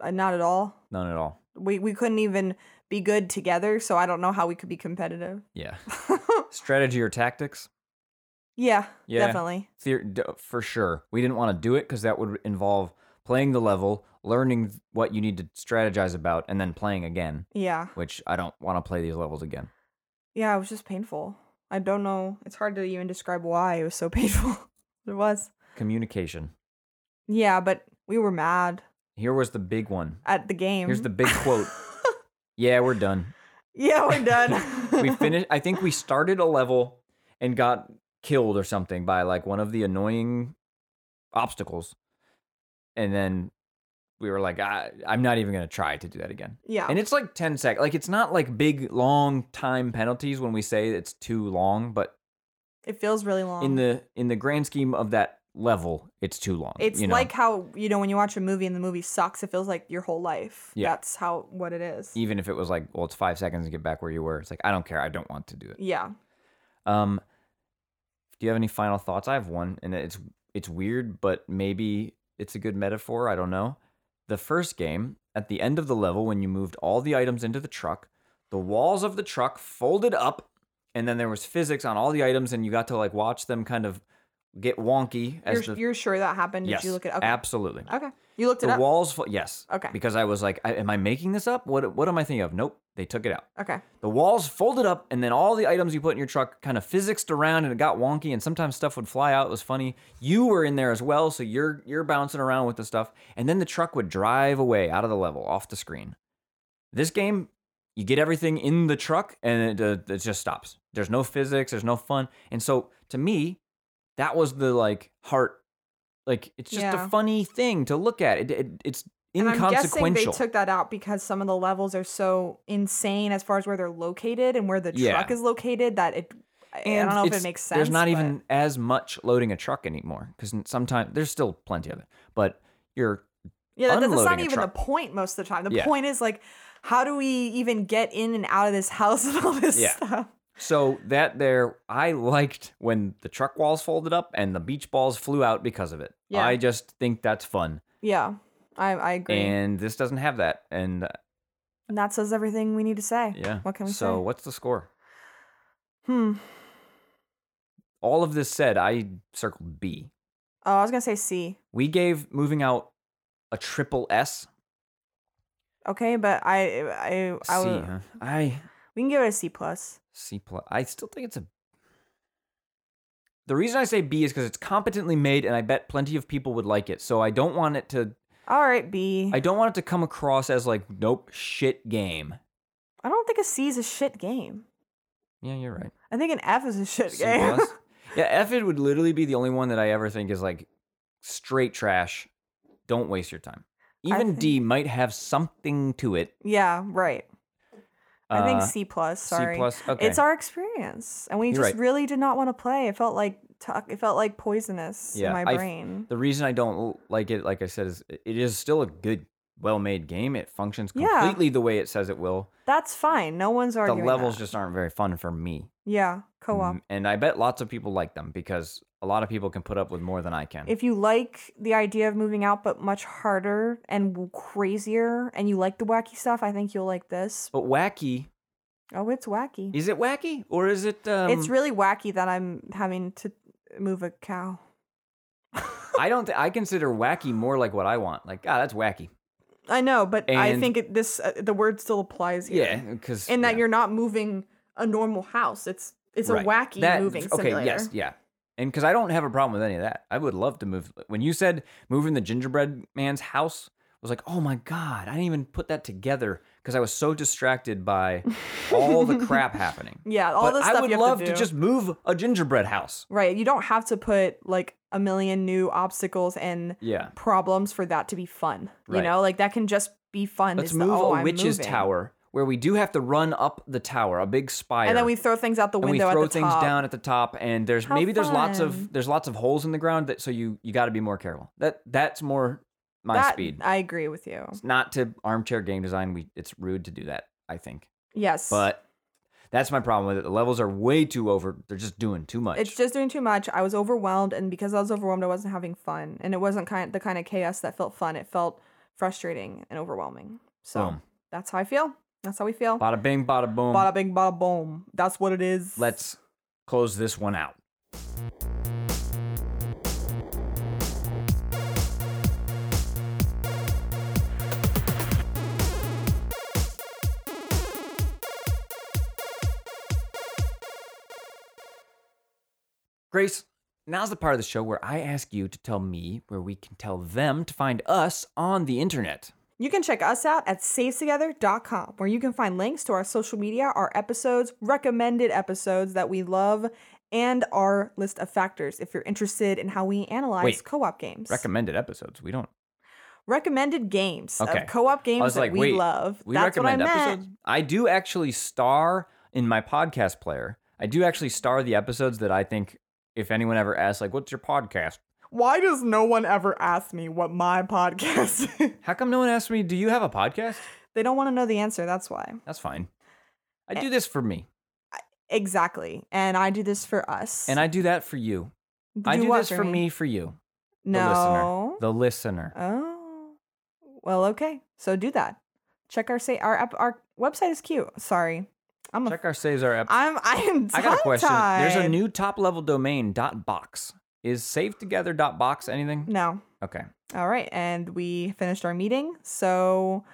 [SPEAKER 2] Uh, not at all.
[SPEAKER 1] None at all.
[SPEAKER 2] We we couldn't even be good together, so I don't know how we could be competitive. <laughs>
[SPEAKER 1] Yeah. Strategy or tactics?
[SPEAKER 2] yeah,
[SPEAKER 1] Yeah.
[SPEAKER 2] definitely.
[SPEAKER 1] Theor- d- for sure. We didn't want to do it because that would involve playing the level, learning th- what you need to strategize about, and then playing again.
[SPEAKER 2] Yeah.
[SPEAKER 1] Which I don't want to play these levels again.
[SPEAKER 2] Yeah, it was just painful. I don't know. It's hard to even describe why it was so <laughs> painful. it was.
[SPEAKER 1] Communication.
[SPEAKER 2] Yeah, but we were mad
[SPEAKER 1] Here was the big one.
[SPEAKER 2] at the game.
[SPEAKER 1] Here's the big
[SPEAKER 2] <laughs>
[SPEAKER 1] quote. Yeah, we're done.
[SPEAKER 2] yeah, we're done. <laughs>
[SPEAKER 1] we finished i think we started a level and got killed or something by like one of the annoying obstacles and then we were like I, i'm not even gonna try to do that again
[SPEAKER 2] Yeah.
[SPEAKER 1] and it's like 10 sec like it's not like big long time penalties when we say it's too long but
[SPEAKER 2] it feels really long.
[SPEAKER 1] in the in the grand scheme of that level it's too long
[SPEAKER 2] It's
[SPEAKER 1] you know?
[SPEAKER 2] like how you know when you watch a movie and the movie sucks, it feels like your whole life.
[SPEAKER 1] Yeah.
[SPEAKER 2] That's how what it is.
[SPEAKER 1] even if it was like well it's five seconds to get back where you were it's like i don't care i don't want to do it
[SPEAKER 2] Yeah.
[SPEAKER 1] Um, do you have any final thoughts? I have one, and it's it's weird, but maybe it's a good metaphor. I don't know. The first game, at the end of the level, when you moved all the items into the truck, the walls of the truck folded up, and then there was physics on all the items, and you got to like watch them kind of get wonky as
[SPEAKER 2] You're,
[SPEAKER 1] the
[SPEAKER 2] you're sure that happened?
[SPEAKER 1] yes,
[SPEAKER 2] Did you look at okay?
[SPEAKER 1] absolutely.
[SPEAKER 2] okay. You looked it
[SPEAKER 1] The
[SPEAKER 2] up.
[SPEAKER 1] walls, fo- yes,
[SPEAKER 2] Okay.
[SPEAKER 1] because I was like, I, am I making this up? What what am I thinking of? Nope, they took it out.
[SPEAKER 2] okay.
[SPEAKER 1] The walls folded up, and then all the items you put in your truck kind of physicsed around, and it got wonky. And sometimes stuff would fly out. It was funny. You were in there as well, so you're you're bouncing around with the stuff, and then the truck would drive away out of the level, off the screen. This game, you get everything in the truck, and it, uh, it just stops. There's no physics. There's no fun. And so, to me, that was the like heart. Like it's just
[SPEAKER 2] Yeah.
[SPEAKER 1] a funny thing to look at. It, it it's
[SPEAKER 2] And I'm guessing they
[SPEAKER 1] inconsequential.
[SPEAKER 2] took that out because some of the levels are so insane as far as where they're located and where the
[SPEAKER 1] Yeah.
[SPEAKER 2] truck is located that it. I- I
[SPEAKER 1] And
[SPEAKER 2] don't know if
[SPEAKER 1] it's-
[SPEAKER 2] it makes sense.
[SPEAKER 1] There's not
[SPEAKER 2] but-
[SPEAKER 1] even as much loading a truck anymore because sometimes there's still plenty of it, but you're
[SPEAKER 2] Yeah, that, that's not
[SPEAKER 1] unloading a
[SPEAKER 2] even
[SPEAKER 1] truck.
[SPEAKER 2] the point most of the time. The
[SPEAKER 1] Yeah.
[SPEAKER 2] point is like, how do we even get in and out of this house and all this
[SPEAKER 1] Yeah.
[SPEAKER 2] stuff?
[SPEAKER 1] So that there, I liked when the truck walls folded up and the beach balls flew out because of it.
[SPEAKER 2] Yeah.
[SPEAKER 1] I just think that's fun,
[SPEAKER 2] Yeah, I, I agree. And,
[SPEAKER 1] and this doesn't have that. And uh,
[SPEAKER 2] that says everything we need to say.
[SPEAKER 1] yeah,
[SPEAKER 2] What can we
[SPEAKER 1] so
[SPEAKER 2] say?
[SPEAKER 1] what's the score?
[SPEAKER 2] Hmm.
[SPEAKER 1] All of this said, I circled B.
[SPEAKER 2] Oh, I was gonna say C.
[SPEAKER 1] We gave moving out a triple S.
[SPEAKER 2] Okay, but I, I,
[SPEAKER 1] C,
[SPEAKER 2] I, would-
[SPEAKER 1] huh? I
[SPEAKER 2] we can give it a C plus.
[SPEAKER 1] C plus. I still think it's a. The reason I say B is because it's competently made, and I bet plenty of people would like it. So I don't want it to.
[SPEAKER 2] All right, B.
[SPEAKER 1] I
[SPEAKER 2] I,
[SPEAKER 1] don't want it to come across as like, nope, shit game.
[SPEAKER 2] I don't think a C is a shit game.
[SPEAKER 1] Yeah, you're right.
[SPEAKER 2] I think an F is a shit
[SPEAKER 1] C
[SPEAKER 2] game. <laughs>
[SPEAKER 1] plus. yeah, F it would literally be the only one that I ever think is like straight trash. Don't waste your time.
[SPEAKER 2] I
[SPEAKER 1] Even D might have something to it.
[SPEAKER 2] yeah, right. I think
[SPEAKER 1] Uh,
[SPEAKER 2] C plus.
[SPEAKER 1] C
[SPEAKER 2] Sorry.
[SPEAKER 1] plus. Okay.
[SPEAKER 2] It's our experience, and we
[SPEAKER 1] You're
[SPEAKER 2] just
[SPEAKER 1] right.
[SPEAKER 2] really did not want to play. It felt like tuck. It felt like poisonous
[SPEAKER 1] Yeah,
[SPEAKER 2] in my
[SPEAKER 1] I f-
[SPEAKER 2] brain.
[SPEAKER 1] the reason I don't l- like it, like I said, is it is still a good, well-made game. It functions
[SPEAKER 2] Yeah.
[SPEAKER 1] completely the way it says it will.
[SPEAKER 2] That's fine. No one's
[SPEAKER 1] The
[SPEAKER 2] arguing.
[SPEAKER 1] levels
[SPEAKER 2] that.
[SPEAKER 1] just aren't very fun for me.
[SPEAKER 2] yeah, co-op.
[SPEAKER 1] Mm, And I bet lots of people like them because a lot of people can put up with more than I can.
[SPEAKER 2] If you like the idea of moving out, but much harder and w- crazier, and you like the wacky stuff, I think you'll like this.
[SPEAKER 1] but wacky,
[SPEAKER 2] Oh, it's wacky.
[SPEAKER 1] is it wacky or is it? Um,
[SPEAKER 2] it's really wacky that I'm having to move a cow. <laughs>
[SPEAKER 1] I don't. Th- I consider wacky more like what I want. Like, ah, that's wacky.
[SPEAKER 2] I know, but I
[SPEAKER 1] And-
[SPEAKER 2] think it, this uh, the word still applies here.
[SPEAKER 1] Yeah, because
[SPEAKER 2] and that you're not moving a normal house. It's it's a wacky moving simulator.
[SPEAKER 1] Okay, yes, yeah, and because I don't have a problem with any of that. I would love to move. When you said moving the gingerbread man's house, I was like, oh my god, I didn't even put that together because I was so distracted by all the
[SPEAKER 2] <laughs>
[SPEAKER 1] crap happening.
[SPEAKER 2] Yeah, all
[SPEAKER 1] but
[SPEAKER 2] the
[SPEAKER 1] I
[SPEAKER 2] stuff
[SPEAKER 1] would
[SPEAKER 2] you have
[SPEAKER 1] love
[SPEAKER 2] to,
[SPEAKER 1] to,
[SPEAKER 2] do.
[SPEAKER 1] just move a gingerbread house.
[SPEAKER 2] right. You don't have to put like a million new obstacles and
[SPEAKER 1] Yeah,
[SPEAKER 2] problems for that to be fun. You
[SPEAKER 1] Right.
[SPEAKER 2] know, like that can just be fun.
[SPEAKER 1] let's
[SPEAKER 2] It's the,
[SPEAKER 1] move
[SPEAKER 2] "Oh,
[SPEAKER 1] a
[SPEAKER 2] I'm
[SPEAKER 1] witch's
[SPEAKER 2] moving."
[SPEAKER 1] tower where we do have to run up the tower, a big spire,
[SPEAKER 2] and then we throw things out the
[SPEAKER 1] and we
[SPEAKER 2] window
[SPEAKER 1] throw
[SPEAKER 2] at the
[SPEAKER 1] things
[SPEAKER 2] top.
[SPEAKER 1] down at the top and there's
[SPEAKER 2] How
[SPEAKER 1] maybe there's lots
[SPEAKER 2] fun.
[SPEAKER 1] of there's lots of holes in the ground that so you you got to be more careful that that's more my
[SPEAKER 2] That-
[SPEAKER 1] speed
[SPEAKER 2] I agree with you.
[SPEAKER 1] it's not to armchair game design we it's rude to do that i think
[SPEAKER 2] Yes,
[SPEAKER 1] but that's my problem with it the levels are way too over they're just doing too much
[SPEAKER 2] it's just doing too much. I was overwhelmed, and because I was overwhelmed, I wasn't having fun, and it wasn't kind the kind of chaos that felt fun. It felt frustrating and overwhelming. So
[SPEAKER 1] Boom.
[SPEAKER 2] that's how I feel. That's how we feel.
[SPEAKER 1] bada bing bada boom
[SPEAKER 2] Bada bing, bada boom. That's what it is.
[SPEAKER 1] let's close this one out Grace, now's the part of the show where I ask you to tell me where we can tell them to find us on the internet.
[SPEAKER 2] You can check us out at savetogether.com, where you can find links to our social media, our episodes, recommended episodes that we love, and our list of factors if you're interested in how we analyze
[SPEAKER 1] Wait.
[SPEAKER 2] co op games.
[SPEAKER 1] Recommended episodes. We don't.
[SPEAKER 2] recommended games
[SPEAKER 1] Okay.
[SPEAKER 2] of co op games
[SPEAKER 1] was
[SPEAKER 2] that
[SPEAKER 1] like,
[SPEAKER 2] we
[SPEAKER 1] wait,
[SPEAKER 2] love.
[SPEAKER 1] We
[SPEAKER 2] That's
[SPEAKER 1] recommend
[SPEAKER 2] what I meant.
[SPEAKER 1] episodes. I do actually star in my podcast player. I do actually star the episodes that I think. If anyone ever asks, like, "What's your podcast?"
[SPEAKER 2] Why does no one ever ask me what my podcast <laughs> is?
[SPEAKER 1] How come no one asked me, "Do you have a podcast?"
[SPEAKER 2] they don't want to know the answer. That's why.
[SPEAKER 1] That's fine. I
[SPEAKER 2] Eh,
[SPEAKER 1] do this for me,
[SPEAKER 2] Exactly. And I do this for us.
[SPEAKER 1] and I do that for you. I do
[SPEAKER 2] what
[SPEAKER 1] this for me, for you, the
[SPEAKER 2] No.
[SPEAKER 1] listener, the listener.
[SPEAKER 2] Oh, well, okay. So do that. Check our say our app. Our website is cute. Sorry, I'm a.
[SPEAKER 1] Check our saves our episodes.
[SPEAKER 2] <laughs> am I am.
[SPEAKER 1] I got a question. There's a
[SPEAKER 2] tongue-tied.
[SPEAKER 1] new top level domain dot box. Is safe together dot box anything?
[SPEAKER 2] No.
[SPEAKER 1] Okay.
[SPEAKER 2] All right, and we finished our meeting. So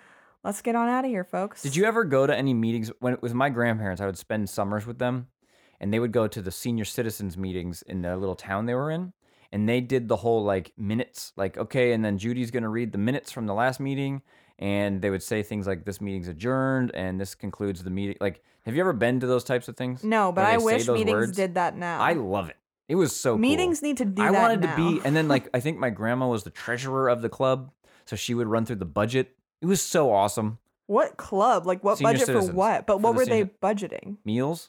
[SPEAKER 2] let's get on out of here, folks.
[SPEAKER 1] Did you ever go to any meetings when with my grandparents? I would spend summers with them, and they would go to the senior citizens meetings in their little town they were in, and they did the whole like minutes, like okay, and then Judy's gonna read the minutes from the last meeting, and they would say things like this meeting's adjourned and this concludes the meeting. Like, have you ever been to those types of things?
[SPEAKER 2] No, but
[SPEAKER 1] Where
[SPEAKER 2] I
[SPEAKER 1] they say
[SPEAKER 2] wish
[SPEAKER 1] those
[SPEAKER 2] meetings
[SPEAKER 1] words?
[SPEAKER 2] did that now.
[SPEAKER 1] I love it. It was so cool.
[SPEAKER 2] meetings need to do
[SPEAKER 1] I
[SPEAKER 2] that
[SPEAKER 1] wanted
[SPEAKER 2] now. <laughs>
[SPEAKER 1] to be, and then like I think my grandma was the treasurer of the club, So she would run through the budget. It was so awesome.
[SPEAKER 2] What club? Like what
[SPEAKER 1] Senior
[SPEAKER 2] budget for
[SPEAKER 1] citizens.
[SPEAKER 2] what? But what
[SPEAKER 1] the
[SPEAKER 2] were
[SPEAKER 1] senior-
[SPEAKER 2] they budgeting?
[SPEAKER 1] Meals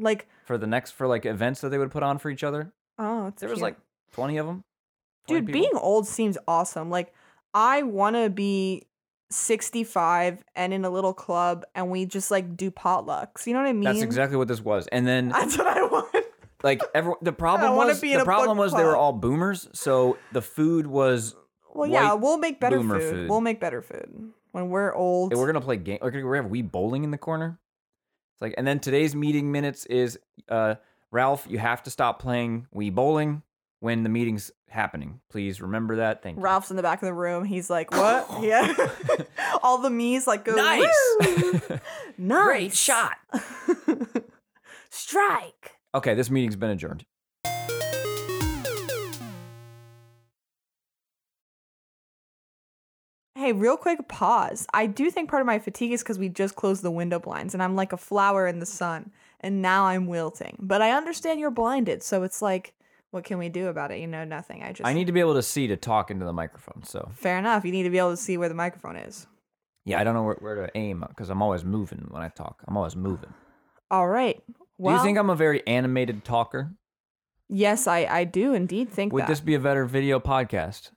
[SPEAKER 2] Like
[SPEAKER 1] for the next for like events that they would put on for each other.
[SPEAKER 2] oh, it's
[SPEAKER 1] There was
[SPEAKER 2] cute.
[SPEAKER 1] like twenty of them.
[SPEAKER 2] dude, being old seems awesome. Like I want to be 65 and in a little club and we just like do potlucks. You know what I mean?
[SPEAKER 1] that's exactly what this was. And then
[SPEAKER 2] <laughs> That's what <laughs> I want.
[SPEAKER 1] like everyone,
[SPEAKER 2] <laughs>
[SPEAKER 1] the problem
[SPEAKER 2] wanna
[SPEAKER 1] was
[SPEAKER 2] be
[SPEAKER 1] the
[SPEAKER 2] in a book
[SPEAKER 1] problem was they were
[SPEAKER 2] club.
[SPEAKER 1] all boomers, so the food was
[SPEAKER 2] Well, yeah,
[SPEAKER 1] White
[SPEAKER 2] we'll make better
[SPEAKER 1] boomer
[SPEAKER 2] food.
[SPEAKER 1] food.
[SPEAKER 2] We'll make better food when we're old.
[SPEAKER 1] Hey, we're gonna play game. We're gonna we have we bowling in the corner. It's like, and then today's meeting minutes is uh, Ralph. You have to stop playing we bowling when the meeting's happening. Please remember that. Thank you.
[SPEAKER 2] Ralph's in the back of the room. He's like,
[SPEAKER 1] <laughs>
[SPEAKER 2] "What? yeah." <laughs> All the me's like go, "Woo!
[SPEAKER 1] Nice.
[SPEAKER 2] nice,
[SPEAKER 1] <laughs> Great shot.
[SPEAKER 2] <laughs> strike."
[SPEAKER 1] okay, this meeting's been adjourned.
[SPEAKER 2] Hey, real quick pause. I do think part of my fatigue is because we just closed the window blinds and I'm like a flower in the sun and now I'm wilting. But I understand you're blinded, so it's like, what can we do about it? You know, nothing. I just
[SPEAKER 1] I need to be able to see to talk into the microphone. So
[SPEAKER 2] fair enough. You need to be able to see where the microphone is.
[SPEAKER 1] yeah, I don't know where, where to aim because I'm always moving when I talk. I'm always moving.
[SPEAKER 2] All right. Well,
[SPEAKER 1] Do you think I'm a very animated talker?
[SPEAKER 2] yes, I I do indeed think
[SPEAKER 1] Would
[SPEAKER 2] that.
[SPEAKER 1] this be a better video podcast?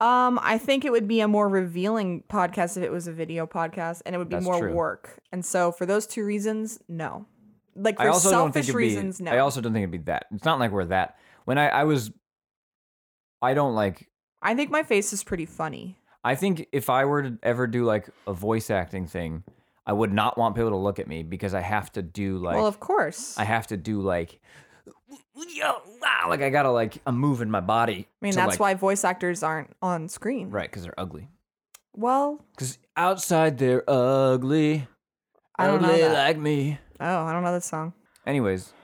[SPEAKER 2] Um, I think it would be a more revealing podcast if it was a video podcast, and it would be
[SPEAKER 1] That's
[SPEAKER 2] more
[SPEAKER 1] true.
[SPEAKER 2] work. And so, for those two reasons, no. Like
[SPEAKER 1] I
[SPEAKER 2] for
[SPEAKER 1] also don't think
[SPEAKER 2] selfish
[SPEAKER 1] it'd
[SPEAKER 2] reasons,
[SPEAKER 1] be,
[SPEAKER 2] no.
[SPEAKER 1] I also don't think it'd be that. It's not like we're that. When I, I was, I don't like.
[SPEAKER 2] I think my face is pretty funny.
[SPEAKER 1] I think if I were to ever do like a voice acting thing, I would not want people to look at me because I have to do like
[SPEAKER 2] well, of course.
[SPEAKER 1] I have to do like yo wow like I gotta like I'm moving my body.
[SPEAKER 2] I mean,
[SPEAKER 1] to,
[SPEAKER 2] that's
[SPEAKER 1] like-
[SPEAKER 2] why voice actors aren't on screen.
[SPEAKER 1] right because they're ugly.
[SPEAKER 2] Well,
[SPEAKER 1] Because outside they're ugly,
[SPEAKER 2] I don't know
[SPEAKER 1] ugly
[SPEAKER 2] that.
[SPEAKER 1] like me.
[SPEAKER 2] oh, I don't know this song.
[SPEAKER 1] Anyways,